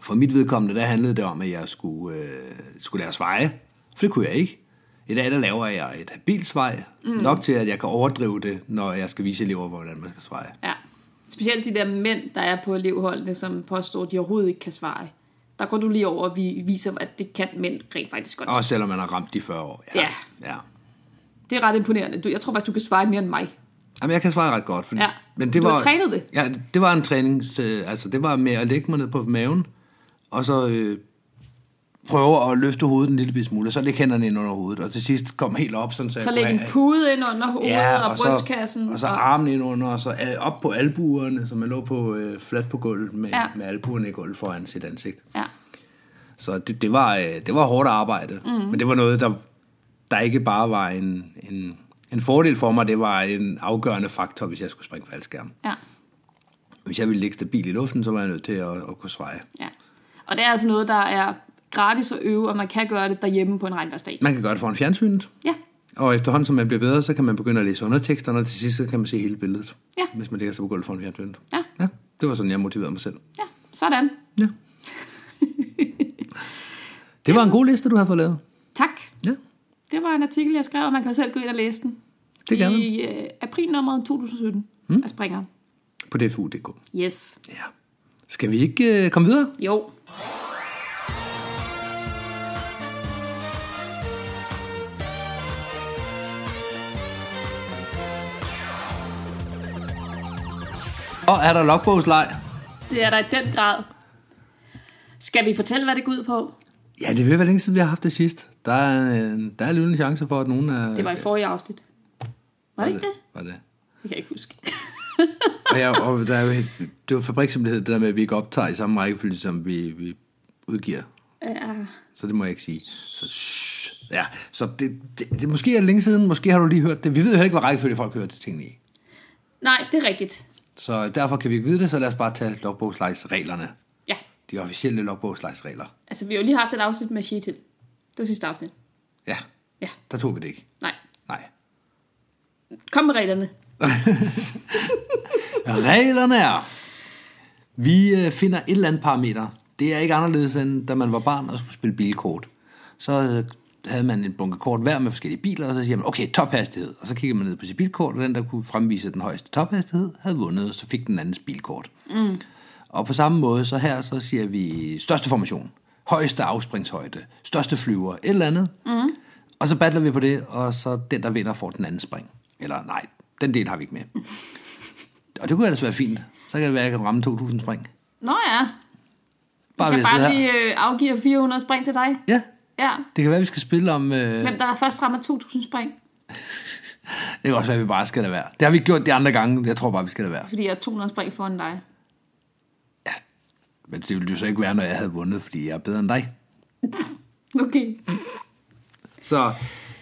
[SPEAKER 2] For mit vedkommende, der handlede det om, at jeg skulle, øh, skulle lære sveje. For det kunne jeg ikke. I dag, der laver jeg et habilt svej. Mm. Nok til, at jeg kan overdrive det, når jeg skal vise elever, hvordan man skal sveje.
[SPEAKER 3] ja. Specielt de der mænd, der er på elevholdene, som påstår, at de overhovedet ikke kan svare. Der går du lige over, og vi viser, at det kan mænd rent faktisk godt.
[SPEAKER 2] Også selvom man har ramt de 40 år.
[SPEAKER 3] Ja.
[SPEAKER 2] ja.
[SPEAKER 3] Det er ret imponerende. Du, jeg tror faktisk, du kan svare mere end mig.
[SPEAKER 2] Jamen, jeg kan svare ret godt. Fordi,
[SPEAKER 3] Ja.
[SPEAKER 2] men det
[SPEAKER 3] Du
[SPEAKER 2] var,
[SPEAKER 3] har trænet det.
[SPEAKER 2] Ja, det var en træning. Så, altså, det var med at lægge mig ned på maven, og så øh, prøver øh, at løfte hovedet en lille bitte smule, og så lægge hænderne ind under hovedet, og til sidst komme helt op, sådan, så, jeg
[SPEAKER 3] Så
[SPEAKER 2] kunne
[SPEAKER 3] læg en
[SPEAKER 2] have-
[SPEAKER 3] pude ind under hovedet ja, og, og brystkassen.
[SPEAKER 2] Så, og så armen ind under, og så øh, op på albuerne, så man lå på øh, fladt på gulvet med,
[SPEAKER 3] Ja.
[SPEAKER 2] ja. med albuerne i gulvet foran sit ansigt.
[SPEAKER 3] ja.
[SPEAKER 2] Så det, det, var, øh, det var hårdt arbejde, mm. men det var noget, der, der ikke bare var en, en, en fordel for mig, det var en afgørende faktor, hvis jeg skulle springe faldskærm.
[SPEAKER 3] ja,
[SPEAKER 2] Hvis jeg ville ligge stabil i luften, så var jeg nødt til at, at kunne sveje.
[SPEAKER 3] ja. Og det er altså noget, der er gratis at øve, og man kan gøre det derhjemme på en regnværsdag.
[SPEAKER 2] Man kan gøre det foran fjernsynet,
[SPEAKER 3] Ja,
[SPEAKER 2] og efterhånden, som man bliver bedre, så kan man begynde at læse underteksterne, og til sidst så kan man se hele billedet,
[SPEAKER 3] Ja.
[SPEAKER 2] hvis man ligger sig på gulvet foran fjernsynet.
[SPEAKER 3] ja,
[SPEAKER 2] Ja, det var sådan, jeg motiverede mig selv.
[SPEAKER 3] ja. Sådan.
[SPEAKER 2] Ja. Det var en god liste, du har fået lavet.
[SPEAKER 3] Tak.
[SPEAKER 2] Ja,
[SPEAKER 3] Det var en artikel, jeg skrev, og man kan jo selv gå ind og læse den.
[SPEAKER 2] Det kan Hmm?
[SPEAKER 3] I øh, aprilnummeret 2017 mm. af Springeren.
[SPEAKER 2] på dfu.dk.
[SPEAKER 3] Yes.
[SPEAKER 2] Ja. Skal vi ikke øh, komme videre?
[SPEAKER 3] Jo.
[SPEAKER 2] Og er der logbogsleg?
[SPEAKER 3] Det er der i den grad. Skal vi fortælle, hvad det går ud på?
[SPEAKER 2] Ja, det vil være længe siden, vi har haft det sidst. Der er, øh, der er alligevel en chance for, at nogen er...
[SPEAKER 3] Det var i forrige afsnit. Var det ikke det?
[SPEAKER 2] Var det.
[SPEAKER 3] Det kan jeg ikke huske.
[SPEAKER 2] Og, jeg, og der er jo, helt- det var fabrikshemmelighed, det der med, at vi ikke optager i samme rækkefølge, som vi, vi udgiver.
[SPEAKER 3] Ja.
[SPEAKER 2] Så det må jeg ikke sige. Så, shh. ja, så det, det, det, måske er det længe siden, måske har du lige hørt det. Vi ved jo heller ikke, hvad rækkefølge folk hører til tingene i.
[SPEAKER 3] Nej, det er rigtigt.
[SPEAKER 2] Så derfor kan vi ikke vide det, så lad os bare tage logbogslejsreglerne.
[SPEAKER 3] Ja.
[SPEAKER 2] De officielle logbogslejsregler.
[SPEAKER 3] Altså, vi har jo lige haft et afsnit med Sheetil. Det var sidste afsnit.
[SPEAKER 2] Ja,
[SPEAKER 3] Ja.
[SPEAKER 2] der tog vi det ikke.
[SPEAKER 3] Nej.
[SPEAKER 2] Nej.
[SPEAKER 3] Kom med reglerne.
[SPEAKER 2] Reglerne er, vi øh, finder et eller andet parameter. Det er ikke anderledes end, da man var barn og skulle spille bilkort. Så øh, havde man en bunke kort hver med forskellige biler, og så siger man, okay, tophastighed. Og så kigger man ned på sit bilkort, og den, der kunne fremvise den højeste tophastighed, havde vundet, og så fik den andens bilkort. Mm. Og på samme måde, så her, så siger vi største formation, højeste afspringshøjde, største flyver, et eller andet. Mm. Og så battler vi på det, og så den, der vinder, får den anden spring. Eller nej, den del har vi ikke med. Og det kunne ellers være fint. Så kan det være, at jeg kan ramme 2.000 spring.
[SPEAKER 3] Nå ja.
[SPEAKER 2] Bare
[SPEAKER 3] Bare
[SPEAKER 2] ved
[SPEAKER 3] jeg
[SPEAKER 2] at sidde
[SPEAKER 3] bare
[SPEAKER 2] her.
[SPEAKER 3] lige øh, afgiver 400 spring til dig.
[SPEAKER 2] Ja,
[SPEAKER 3] Ja.
[SPEAKER 2] det kan være, at vi skal spille om... Øh,
[SPEAKER 3] Hvem der først rammer 2.000 spring,
[SPEAKER 2] det kan også være, at vi bare skal lade være. Det har vi gjort de andre gange. Jeg tror bare, vi skal lade være.
[SPEAKER 3] fordi jeg er 200 spring foran dig.
[SPEAKER 2] Men det ville jo så ikke være, når jeg havde vundet, fordi jeg er bedre end dig.
[SPEAKER 3] Okay.
[SPEAKER 2] Så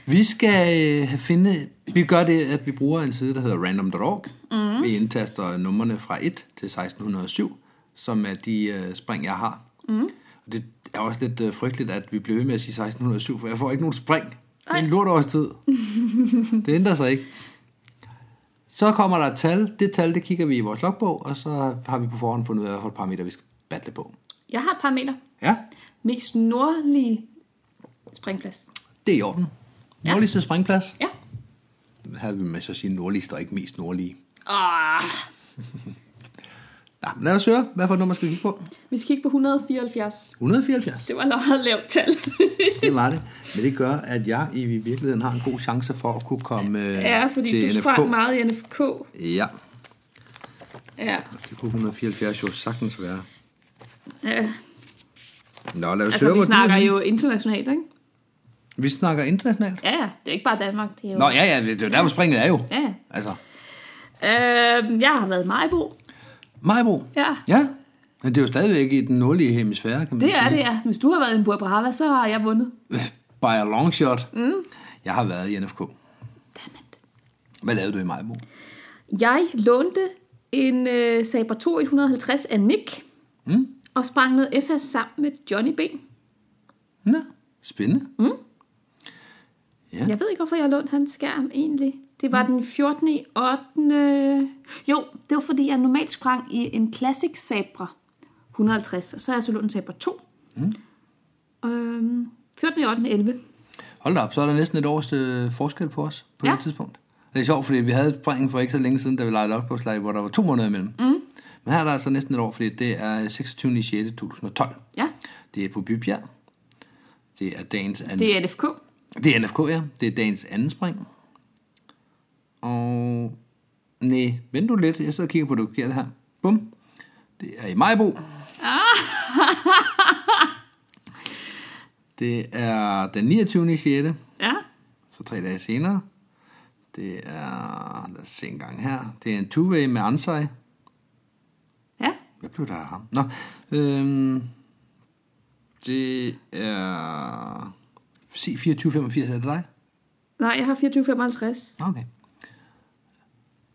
[SPEAKER 2] vi skal øh, have finde... Vi gør det, at vi bruger en side, der hedder random.org. Mm. Vi indtaster numrene fra 1 til 1607, som er de øh, spring, jeg har. Mm. Og det er også lidt øh, frygteligt, at vi bliver ved med at sige 1607, for jeg får ikke nogen spring. Det er en lort års tid. det ændrer sig ikke. Så kommer der et tal. Det tal, det kigger vi i vores logbog, og så har vi på forhånd fundet ud af, hvilke parametre vi skal battle på.
[SPEAKER 3] Jeg har et par meter.
[SPEAKER 2] Ja,
[SPEAKER 3] Mest nordlige springplads.
[SPEAKER 2] det er i orden. Nordligste springplads.
[SPEAKER 3] Ja.
[SPEAKER 2] Her vil man så sige nordligste og ikke mest nordlige.
[SPEAKER 3] Ah.
[SPEAKER 2] Nå, men lad os høre, hvad for et nummer skal vi kigge på?
[SPEAKER 3] Vi skal kigge på 174.
[SPEAKER 2] 174.
[SPEAKER 3] Det var et meget lavt tal.
[SPEAKER 2] Det var det. Men det gør, at jeg i virkeligheden har en god chance for at kunne komme øh,
[SPEAKER 3] ja, fordi
[SPEAKER 2] til
[SPEAKER 3] du
[SPEAKER 2] NFK.
[SPEAKER 3] sprang meget i NFK.
[SPEAKER 2] Ja,
[SPEAKER 3] Ja.
[SPEAKER 2] det kunne 174 jo sagtens være.
[SPEAKER 3] ja.
[SPEAKER 2] Nå, lad os
[SPEAKER 3] Altså,
[SPEAKER 2] høre, hvor
[SPEAKER 3] vi
[SPEAKER 2] du er
[SPEAKER 3] snakker
[SPEAKER 2] henne.
[SPEAKER 3] jo internationalt, ikke?
[SPEAKER 2] Vi snakker internationalt.
[SPEAKER 3] Ja, ja. Det er ikke bare Danmark. Det er jo...
[SPEAKER 2] Nå, ja, ja, det, det er jo der, hvor springet er jo.
[SPEAKER 3] Ja.
[SPEAKER 2] Altså,
[SPEAKER 3] Øh, jeg har været i Majbo.
[SPEAKER 2] Majbo.
[SPEAKER 3] Ja.
[SPEAKER 2] Ja, men det er jo stadigvæk i den nordlige hemisfære, kan man
[SPEAKER 3] Det
[SPEAKER 2] sige.
[SPEAKER 3] er det, ja. Hvis du har været i en Bua Brava, så har jeg vundet.
[SPEAKER 2] By a long shot. Mm. Jeg har været i NFK.
[SPEAKER 3] Dammit.
[SPEAKER 2] Hvad lavede du i Majbo?
[SPEAKER 3] Jeg lånte en øh, Saber 2 150 af Nick. Mm. Og sprang noget FS sammen med Johnny B.
[SPEAKER 2] Nå, spændende. Mm. Ja.
[SPEAKER 3] Jeg ved ikke, hvorfor jeg har lånt hans skærm egentlig. Det var den 14. i 8. Jo, det var fordi, jeg normalt sprang i en Classic Sabra 150, og så har jeg så lånt en Sabra 2. Mm. Øhm, 14. i 8. 11.
[SPEAKER 2] Hold da op, så er der næsten et års øh, forskel på os på
[SPEAKER 3] Ja.
[SPEAKER 2] ja. det tidspunkt. Og det er sjovt, fordi vi havde et spring for ikke så længe siden, da vi lejede op på slag, hvor der var to måneder imellem. Mm. Men her er der altså næsten et år, fordi det er 26. 6. 2012.
[SPEAKER 3] Ja,
[SPEAKER 2] Det er på Bybjerg. Det er dagens anden... Det
[SPEAKER 3] det er NFK.
[SPEAKER 2] er, det er NFK, ja. Det er dagens anden spring. Og... Nej, vent du lidt. Jeg sidder og kigger på, at du giver det her. Bum. Ah. Det er i Majbo. Det er den 29. 6.
[SPEAKER 3] Ja,
[SPEAKER 2] Så tre dage senere. Det er, lad os se en gang her. Det er en two-way med Ansai.
[SPEAKER 3] ja.
[SPEAKER 2] Hvad blev der af ham? Nå, øhm, det er... Se, 2485, er det dig?
[SPEAKER 3] Nej, jeg har 24,55.
[SPEAKER 2] Nå, Okay.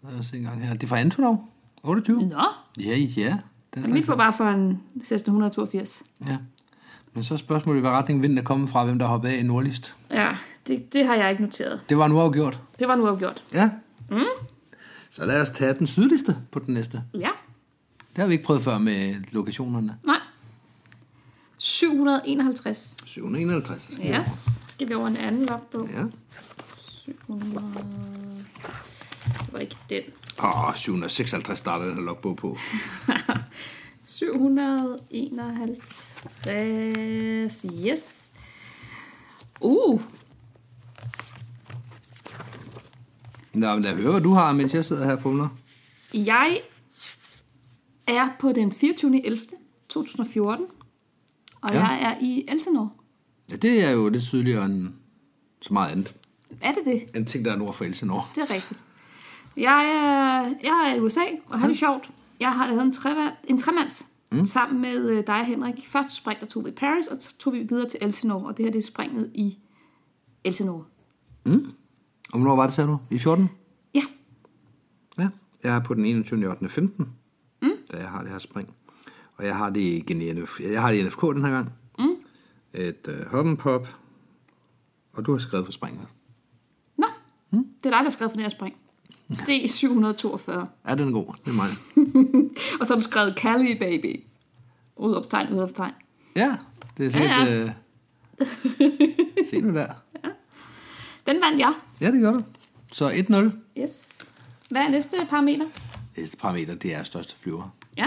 [SPEAKER 2] Lad os se en gang her. Det er fra Antonov. 28.
[SPEAKER 3] Nå,
[SPEAKER 2] Ja, ja. Den
[SPEAKER 3] mit var bare for en 1682.
[SPEAKER 2] Ja. Men så er spørgsmålet, i hvad retning vinden er kommet fra, hvem der hopper af i nordlist.
[SPEAKER 3] Ja, det, det har jeg ikke noteret.
[SPEAKER 2] Det var nu afgjort.
[SPEAKER 3] Det var nu afgjort.
[SPEAKER 2] Ja. Mm. Så lad os tage den sydligste på den næste.
[SPEAKER 3] Ja,
[SPEAKER 2] Det har vi ikke prøvet før med lokationerne.
[SPEAKER 3] nej. 751.
[SPEAKER 2] 751. så skal vi
[SPEAKER 3] Yes. Så skal vi over en anden logbog.
[SPEAKER 2] over. Ja.
[SPEAKER 3] 700... Det var ikke den.
[SPEAKER 2] Åh, 756 starter den her logbog på.
[SPEAKER 3] 751. Yes. Uh,
[SPEAKER 2] Nå, men lad høre, hvad du har, mens jeg sidder her og fumler.
[SPEAKER 3] jeg er på den 24.11.2014, og
[SPEAKER 2] Ja.
[SPEAKER 3] ja. jeg er i Elsinore.
[SPEAKER 2] Ja, det er jo lidt sydligere end så meget andet.
[SPEAKER 3] Er det det?
[SPEAKER 2] En ting, der er nord for Elsinore.
[SPEAKER 3] Det er rigtigt. Jeg er, jeg er i USA og har det sjovt. Jeg har lavet en, trevand, en tremands mm. sammen med øh, dig og Henrik. Først spring, der tog vi i Paris, og så tog vi videre til Elsinore. Og det her det er springet i Elsinore.
[SPEAKER 2] Og hvornår var det, sagde du? I 14?
[SPEAKER 3] Ja,
[SPEAKER 2] Ja. Jeg er på den 21. 8. 15, mm. da jeg har det her spring. Og jeg har det igen i NF, jeg har det i NFK den her gang. Mm. Et øh, hop and pop. Og du har skrevet for springet.
[SPEAKER 3] nå. Mm. Det er dig, der skrev for det her spring. Det er 742.
[SPEAKER 2] Er den god? Det er mig.
[SPEAKER 3] Og så har du skrevet Cali Baby. Udopstegn, udopstegn.
[SPEAKER 2] Ja, det er sådan
[SPEAKER 3] Ja,
[SPEAKER 2] ja, ja. øh, Se nu der.
[SPEAKER 3] Den vandt jeg.
[SPEAKER 2] Ja, det gør du. Så 1-0.
[SPEAKER 3] Yes. Hvad er næste parameter?
[SPEAKER 2] Næste parameter, det er største flyver.
[SPEAKER 3] Ja.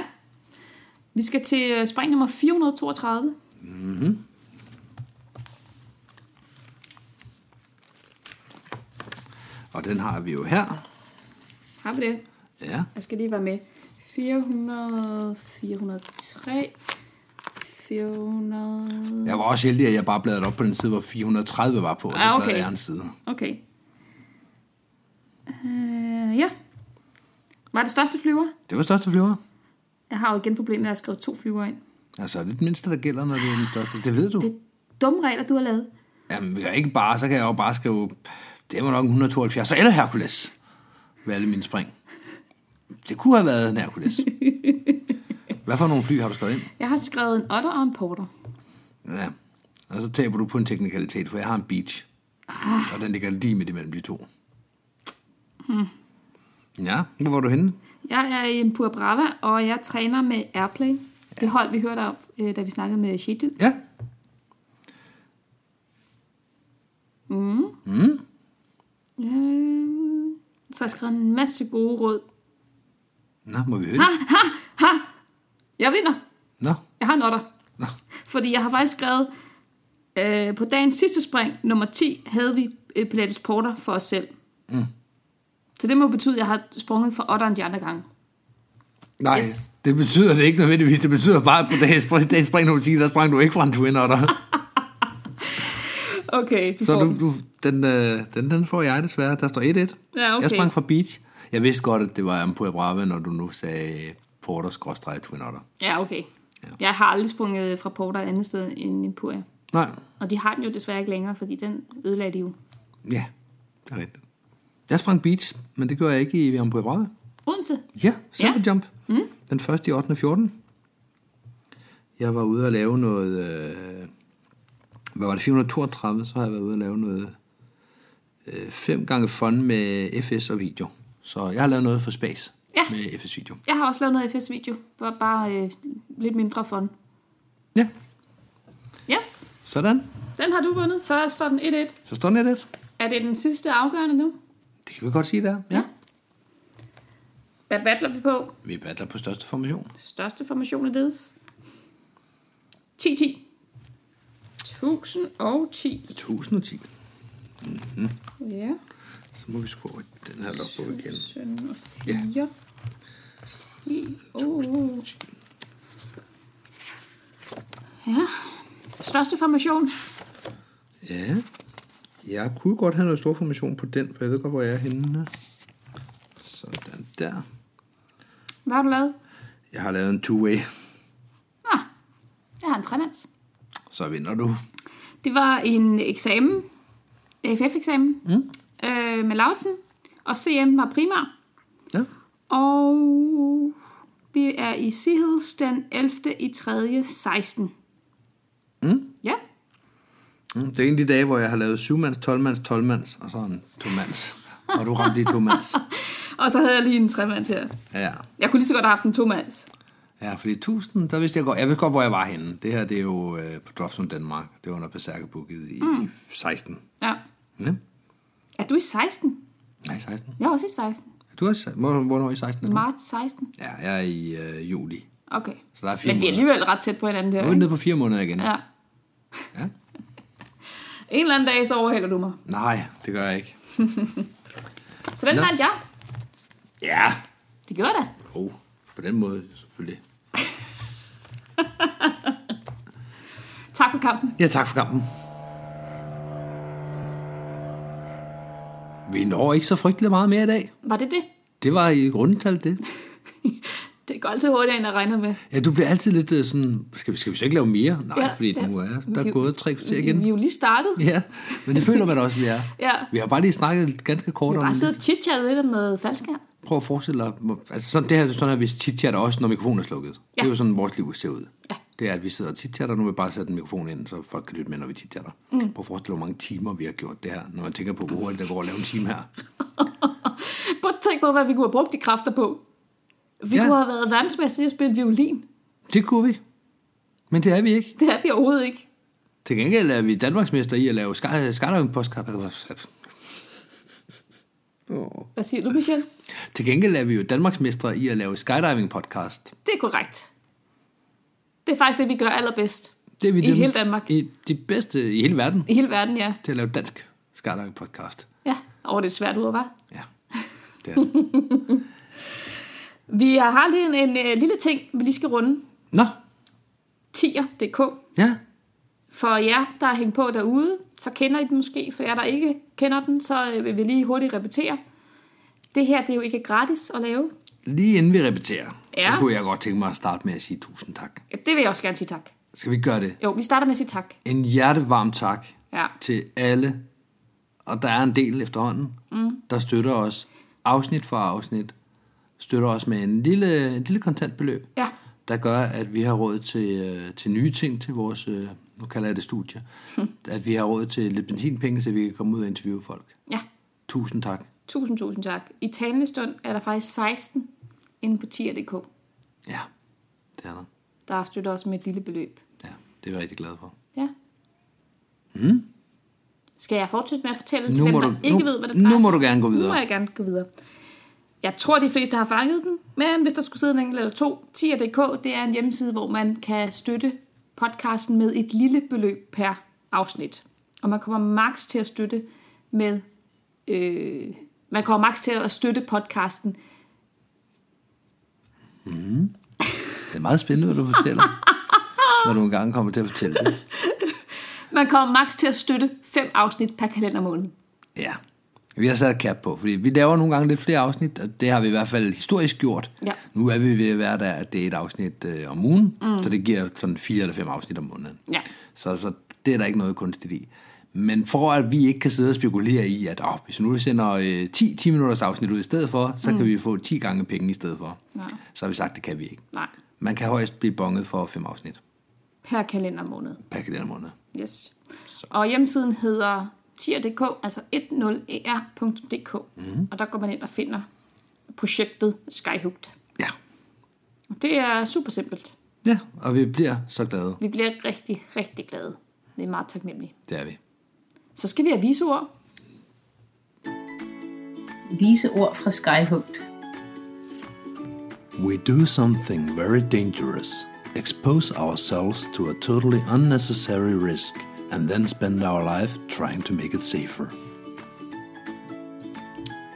[SPEAKER 3] Vi skal til øh, spring nummer 432.
[SPEAKER 2] Og den har vi jo her.
[SPEAKER 3] Har vi det?
[SPEAKER 2] Ja.
[SPEAKER 3] Jeg skal lige være med. 400, 403, 400...
[SPEAKER 2] Jeg var også heldig, at jeg bare bladrede op på den side, hvor 430 var på. Og så
[SPEAKER 3] Ah,
[SPEAKER 2] ah,
[SPEAKER 3] okay.
[SPEAKER 2] okay. jeg en side.
[SPEAKER 3] Okay. Uh, ja. Var det største flyver?
[SPEAKER 2] Det var største flyver.
[SPEAKER 3] Jeg har jo igen problemet med at skrive to flyver ind.
[SPEAKER 2] Altså, det er det mindste, der gælder, når det er den største. Det ved du.
[SPEAKER 3] Det
[SPEAKER 2] Det...
[SPEAKER 3] er dumme regler, du har lavet.
[SPEAKER 2] Jamen, jeg ikke bare, så kan jeg jo bare skrive, det var nok en 172, eller Hercules, ved alle mine spring. Det kunne have været en Hercules. Hvad for nogle fly har du skrevet ind?
[SPEAKER 3] Jeg har skrevet en otter og en porter.
[SPEAKER 2] Ja, og så taber du på en teknikalitet, for jeg har en beach.
[SPEAKER 3] Ah.
[SPEAKER 2] Og den ligger lige midt imellem de to. Hmm. Ja, hvor var du henne?
[SPEAKER 3] Jeg er i en Pura Brava, og jeg træner med Airplay. Ja. Det hold, vi hørte om, øh, da vi snakkede med Shetil.
[SPEAKER 2] Ja. Mm. Mm.
[SPEAKER 3] Øh, så har jeg skrevet en masse gode råd.
[SPEAKER 2] Nå, må vi høre
[SPEAKER 3] Ha,
[SPEAKER 2] det?
[SPEAKER 3] ha, ha! Jeg vinder!
[SPEAKER 2] Nå,
[SPEAKER 3] Jeg har en otter.
[SPEAKER 2] nå.
[SPEAKER 3] Fordi jeg har faktisk skrevet, øh, på dagens sidste spring, nummer 10, havde vi øh, Pilatus Porter for os selv. Mm. Så det må betyde, at jeg har sprunget for otteren de andre gange.
[SPEAKER 2] Nej,
[SPEAKER 3] Yes.
[SPEAKER 2] yes. det betyder det ikke nødvendigvis. Det betyder bare, at på dagens, på dagens spring nummer 10, der sprang du ikke fra en twin
[SPEAKER 3] Ah,
[SPEAKER 2] otter.
[SPEAKER 3] Okay, du
[SPEAKER 2] Så du, du, den, øh, den, den får jeg desværre. Der står 1-1.
[SPEAKER 3] Ja, okay.
[SPEAKER 2] Jeg sprang fra beach. Jeg vidste godt, at det var Ampua Brava, når du nu sagde porter-twin otter.
[SPEAKER 3] Ja, okay. Ja. Jeg har aldrig sprunget fra Porter andet sted end i Pura.
[SPEAKER 2] Nej,
[SPEAKER 3] Og de har den jo desværre ikke længere, fordi den ødelagde de jo.
[SPEAKER 2] Ja, det er rigtigt. Jeg sprang beach, men det gjorde jeg ikke i Ambrød Brave.
[SPEAKER 3] Odense?
[SPEAKER 2] Ja, simple ja. jump. Mm. Den første i 8. og 14. Jeg var ude og lave noget... Øh, hvad var det? 432, så har jeg været ude og lave noget... Øh, fem gange fun med FS og video. Så jeg har lavet noget for space
[SPEAKER 3] Ja.
[SPEAKER 2] med FS video.
[SPEAKER 3] Jeg har også lavet noget FS-video. Bare, bare øh, lidt mindre fun.
[SPEAKER 2] Ja,
[SPEAKER 3] Yes,
[SPEAKER 2] sådan.
[SPEAKER 3] den har du vundet. Så står den 1-1.
[SPEAKER 2] Så står den lidt.
[SPEAKER 3] Er det den sidste afgørende nu?
[SPEAKER 2] Det kan vi godt sige der. Ja.
[SPEAKER 3] Hvad battler vi på?
[SPEAKER 2] Vi battler på største formation.
[SPEAKER 3] Største formation i ledes. 10-10. 1010.
[SPEAKER 2] 1010.
[SPEAKER 3] Ja.
[SPEAKER 2] Så må vi skrue over i den her logbog igen.
[SPEAKER 3] 17 og
[SPEAKER 2] Ja.
[SPEAKER 3] 4. Ja. Uh. Ja. Største formation.
[SPEAKER 2] Ja. Jeg kunne godt have noget stor formation på den, for jeg ved godt, hvor jeg er henne. Sådan der.
[SPEAKER 3] Hvad har du lavet?
[SPEAKER 2] Jeg har lavet en two-way.
[SPEAKER 3] Nå, jeg har en tremands.
[SPEAKER 2] Så vinder du.
[SPEAKER 3] Det var en eksamen, FF-eksamen, mm. øh, med Lausen, og CM var primær.
[SPEAKER 2] Ja.
[SPEAKER 3] Og vi er i Siheds den 11. i 3. 16.
[SPEAKER 2] Mm.
[SPEAKER 3] Ja,
[SPEAKER 2] Mm, Det er en af de dage, hvor jeg har lavet 7-mands, 12-mands, 12-mands og så en 2-mands. Og du ramte lige 2-mands.
[SPEAKER 3] og så havde jeg lige en tremands her.
[SPEAKER 2] Ja.
[SPEAKER 3] Jeg kunne lige så godt have haft en tomands.
[SPEAKER 2] ja, fordi 1000, der vidste jeg godt, jeg vidste godt, hvor jeg var henne. Det her, det er jo øh, på Dropzone Danmark. Det var under Berserkabukket i mm. 16.
[SPEAKER 3] Ja.
[SPEAKER 2] Ja?
[SPEAKER 3] Er du i 16?
[SPEAKER 2] Nej, 16.
[SPEAKER 3] Jeg er også i 16.
[SPEAKER 2] Er Du er, se- hvor- hvornår i 16? Er du?
[SPEAKER 3] Marts 16.
[SPEAKER 2] Ja, jeg er i øh, juli.
[SPEAKER 3] Okay.
[SPEAKER 2] Så der er fire
[SPEAKER 3] Men vi er
[SPEAKER 2] måneder.
[SPEAKER 3] alligevel ret tæt på
[SPEAKER 2] Nu
[SPEAKER 3] hinanden her.
[SPEAKER 2] er vi
[SPEAKER 3] ikke?
[SPEAKER 2] nede på fire måneder igen.
[SPEAKER 3] Ja.
[SPEAKER 2] Ja.
[SPEAKER 3] En eller anden dag, så overhælder du mig.
[SPEAKER 2] Nej, det gør jeg ikke.
[SPEAKER 3] Så den
[SPEAKER 2] Nå.
[SPEAKER 3] vandt jeg.
[SPEAKER 2] Ja.
[SPEAKER 3] Det gjorde det.
[SPEAKER 2] Oh, på den måde selvfølgelig.
[SPEAKER 3] Tak for kampen.
[SPEAKER 2] Ja, tak for kampen. Vi når ikke så frygtelig meget mere i dag.
[SPEAKER 3] Var det det?
[SPEAKER 2] Det var i rundtal, det.
[SPEAKER 3] Det går altid hurtigere, end jeg regnede med.
[SPEAKER 2] Ja, du bliver altid lidt øh, sådan, skal vi, skal vi så ikke lave mere? Nej,
[SPEAKER 3] Ja,
[SPEAKER 2] ja, fordi
[SPEAKER 3] ja.
[SPEAKER 2] nu er der
[SPEAKER 3] Vi-
[SPEAKER 2] er gået tre kvarter
[SPEAKER 3] Vi, vi
[SPEAKER 2] igen.
[SPEAKER 3] er jo lige startet.
[SPEAKER 2] Ja, men det føler man også, vi er.
[SPEAKER 3] Ja.
[SPEAKER 2] Vi har bare lige snakket ganske kort
[SPEAKER 3] Vi har
[SPEAKER 2] om
[SPEAKER 3] bare siddet og chitchattet lidt om noget faldskærm.
[SPEAKER 2] Prøv at forestille dig, hvor- altså sådan, det her sådan er, hvis chitchatter også, når mikrofonen er slukket. Ja. Det er jo sådan, vores liv ser ud.
[SPEAKER 3] Ja.
[SPEAKER 2] Det er, at vi sidder og chitchatter, og nu vil vi bare sætte en mikrofon ind, så folk kan lytte med, når vi chitchatter. Mm. Prøv at forestille dig, hvor mange timer vi har gjort det her, når man tænker på, hvor hurtigt det går at lave en time her.
[SPEAKER 3] Prøv at tænke på, hvad vi kunne have brugt de kræfter på. Vi
[SPEAKER 2] Ja.
[SPEAKER 3] kunne have været verdensmester i at spille violin.
[SPEAKER 2] Det kunne vi. Men det er vi ikke.
[SPEAKER 3] Det er vi overhovedet ikke.
[SPEAKER 2] Til gengæld er vi Danmarksmester i at lave skydive podcast.
[SPEAKER 3] Hvad siger du, Michelle?
[SPEAKER 2] Til gengæld er vi jo Danmarksmestre i at lave skydiving podcast.
[SPEAKER 3] Det er korrekt. Det er faktisk det, vi gør allerbedst.
[SPEAKER 2] Det er vi
[SPEAKER 3] I
[SPEAKER 2] dem-
[SPEAKER 3] hele Danmark.
[SPEAKER 2] I de bedste i hele verden
[SPEAKER 3] I hele verden, ja.
[SPEAKER 2] til at lave dansk skydiving podcast.
[SPEAKER 3] Ja, og det er svært ud at være.
[SPEAKER 2] Ja, det er det.
[SPEAKER 3] Vi har lige en, en, øh, lille ting, vi lige skal runde.
[SPEAKER 2] Nå,
[SPEAKER 3] Tier.dk.
[SPEAKER 2] ja,
[SPEAKER 3] For jer, der er hængt på derude, så kender I den måske. For jer, der ikke kender den, så øh, vil vi lige hurtigt repetere. Det her, det er jo ikke gratis at lave.
[SPEAKER 2] Lige inden vi repeterer,
[SPEAKER 3] Ja.
[SPEAKER 2] så kunne jeg godt tænke mig at starte med at sige tusind tak.
[SPEAKER 3] Ja, det vil jeg også gerne sige tak.
[SPEAKER 2] Skal vi gøre det?
[SPEAKER 3] Jo, vi starter med at sige tak.
[SPEAKER 2] En hjertevarm tak
[SPEAKER 3] Ja.
[SPEAKER 2] til alle, og der er en del efterhånden, mm. der støtter os afsnit for afsnit, støtter os med en lille, en lille kontantbeløb,
[SPEAKER 3] Ja.
[SPEAKER 2] der gør, at vi har råd til, øh, til nye ting til vores, øh, nu kalder jeg det studie, at vi har råd til lidt benzinpenge, så vi kan komme ud og interviewe folk.
[SPEAKER 3] Ja,
[SPEAKER 2] Tusind tak.
[SPEAKER 3] tusind, tusind tak. I talende stund er der faktisk 16 inde på tier.dk,
[SPEAKER 2] Ja, det er der.
[SPEAKER 3] der støtter os med et lille beløb.
[SPEAKER 2] Ja, det er jeg rigtig glad for.
[SPEAKER 3] Ja. Mm. Skal jeg fortsætte med at fortælle
[SPEAKER 2] Hmm? Nu
[SPEAKER 3] til dem,
[SPEAKER 2] må
[SPEAKER 3] der
[SPEAKER 2] du-
[SPEAKER 3] ikke
[SPEAKER 2] nu-
[SPEAKER 3] ved, hvad det
[SPEAKER 2] nu
[SPEAKER 3] drejer
[SPEAKER 2] må
[SPEAKER 3] sig
[SPEAKER 2] du
[SPEAKER 3] om?
[SPEAKER 2] gerne gå
[SPEAKER 3] Nu må
[SPEAKER 2] videre.
[SPEAKER 3] jeg gerne gå videre. Jeg tror, de fleste har fanget den, men hvis der skulle sidde en enkelt eller to, tier.dk, det er en hjemmeside, hvor man kan støtte podcasten med et lille beløb per afsnit. Og man kommer maks til at støtte med... Øh, man kommer maks til at støtte podcasten
[SPEAKER 2] Det er meget spændende, hvad du fortæller, når du engang kommer til at fortælle det.
[SPEAKER 3] Man kommer maks til at støtte fem afsnit per kalendermåned.
[SPEAKER 2] Ja. Vi har sat et cap på, fordi vi laver nogle gange lidt flere afsnit, og det har vi i hvert fald historisk gjort.
[SPEAKER 3] Ja.
[SPEAKER 2] Nu er vi ved at være der, at det er et afsnit øh, om ugen, mm. så det giver sådan fire eller fem afsnit om måneden.
[SPEAKER 3] Ja.
[SPEAKER 2] Så, så det er der ikke noget kunstigt i. Men for at vi ikke kan sidde og spekulere i, at oh, hvis vi nu sender øh, 10 10 minutters afsnit ud i stedet for, så mm. kan vi få 10 gange penge i stedet for.
[SPEAKER 3] Ja.
[SPEAKER 2] Så har vi sagt, det kan vi ikke.
[SPEAKER 3] Nej,
[SPEAKER 2] Man kan højst blive bonget for fem afsnit
[SPEAKER 3] per kalendermåned.
[SPEAKER 2] per kalendermåned.
[SPEAKER 3] Yes. Og hjemmesiden hedder tier.dk, altså 10er.dk. Mm. Og der går man ind og finder projektet Skyhooked.
[SPEAKER 2] Ja.
[SPEAKER 3] Og Det er super simpelt.
[SPEAKER 2] ja, og vi bliver så glade.
[SPEAKER 3] Vi bliver rigtig, rigtig glade. Vi er meget taknemmelige.
[SPEAKER 2] Det er vi.
[SPEAKER 3] Så skal vi have viseord.
[SPEAKER 1] Vise ord fra Skyhugt.
[SPEAKER 4] We do something very dangerous, expose ourselves to a totally unnecessary risk, and then spend our life trying to make it safer.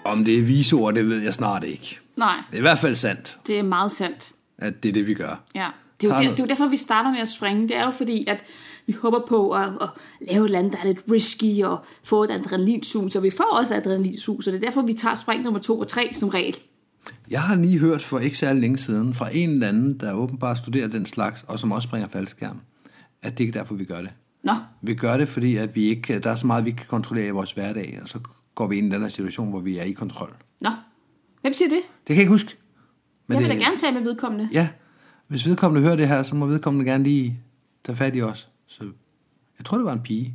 [SPEAKER 2] Om det er visord, det ved jeg snart ikke.
[SPEAKER 3] Nej,
[SPEAKER 2] Det er i hvert fald sandt,
[SPEAKER 3] det er meget sandt.
[SPEAKER 2] at det er det, vi gør.
[SPEAKER 3] Ja. Det er, jo
[SPEAKER 2] Tager
[SPEAKER 3] der,
[SPEAKER 2] noget-
[SPEAKER 3] det er jo derfor, vi starter med at springe. Det er jo fordi, at vi håber på at, at lave et eller andet, der er lidt risky, og få et adrenalinsus, og vi får også adrenalinsus, og det er derfor, vi tager spring nummer to og tre som regel.
[SPEAKER 2] Jeg har lige hørt for ikke særlig længe siden fra en eller anden, der åbenbart studerer den slags, og som også springer faldskærm, at det ikke er derfor, vi gør det.
[SPEAKER 3] Nå,
[SPEAKER 2] Vi gør det, fordi at vi ikke, der er så meget, vi ikke kan kontrollere i vores hverdag, og så går vi ind i den her situation, hvor vi er i kontrol.
[SPEAKER 3] nå. Hvem siger det?
[SPEAKER 2] Det kan jeg ikke huske. Men
[SPEAKER 3] Jeg vil
[SPEAKER 2] det,
[SPEAKER 3] da gerne tale med vedkommende.
[SPEAKER 2] Ja, hvis vedkommende hører det her, så må vedkommende gerne lige tage fat i os. Så jeg tror, det var en pige.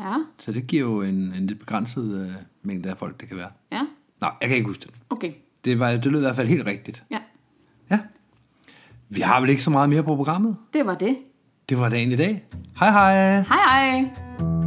[SPEAKER 3] Ja,
[SPEAKER 2] Så det giver jo en, en lidt begrænset øh, mængde af folk, det kan være.
[SPEAKER 3] ja.
[SPEAKER 2] Nej, jeg kan ikke huske det.
[SPEAKER 3] Okay,
[SPEAKER 2] Det, var, det lød i hvert fald helt rigtigt.
[SPEAKER 3] ja.
[SPEAKER 2] Ja. Vi har vel ikke så meget mere på programmet.
[SPEAKER 3] Det var det.
[SPEAKER 2] Det var dagen i dag. Hej hej.
[SPEAKER 3] Hej hej!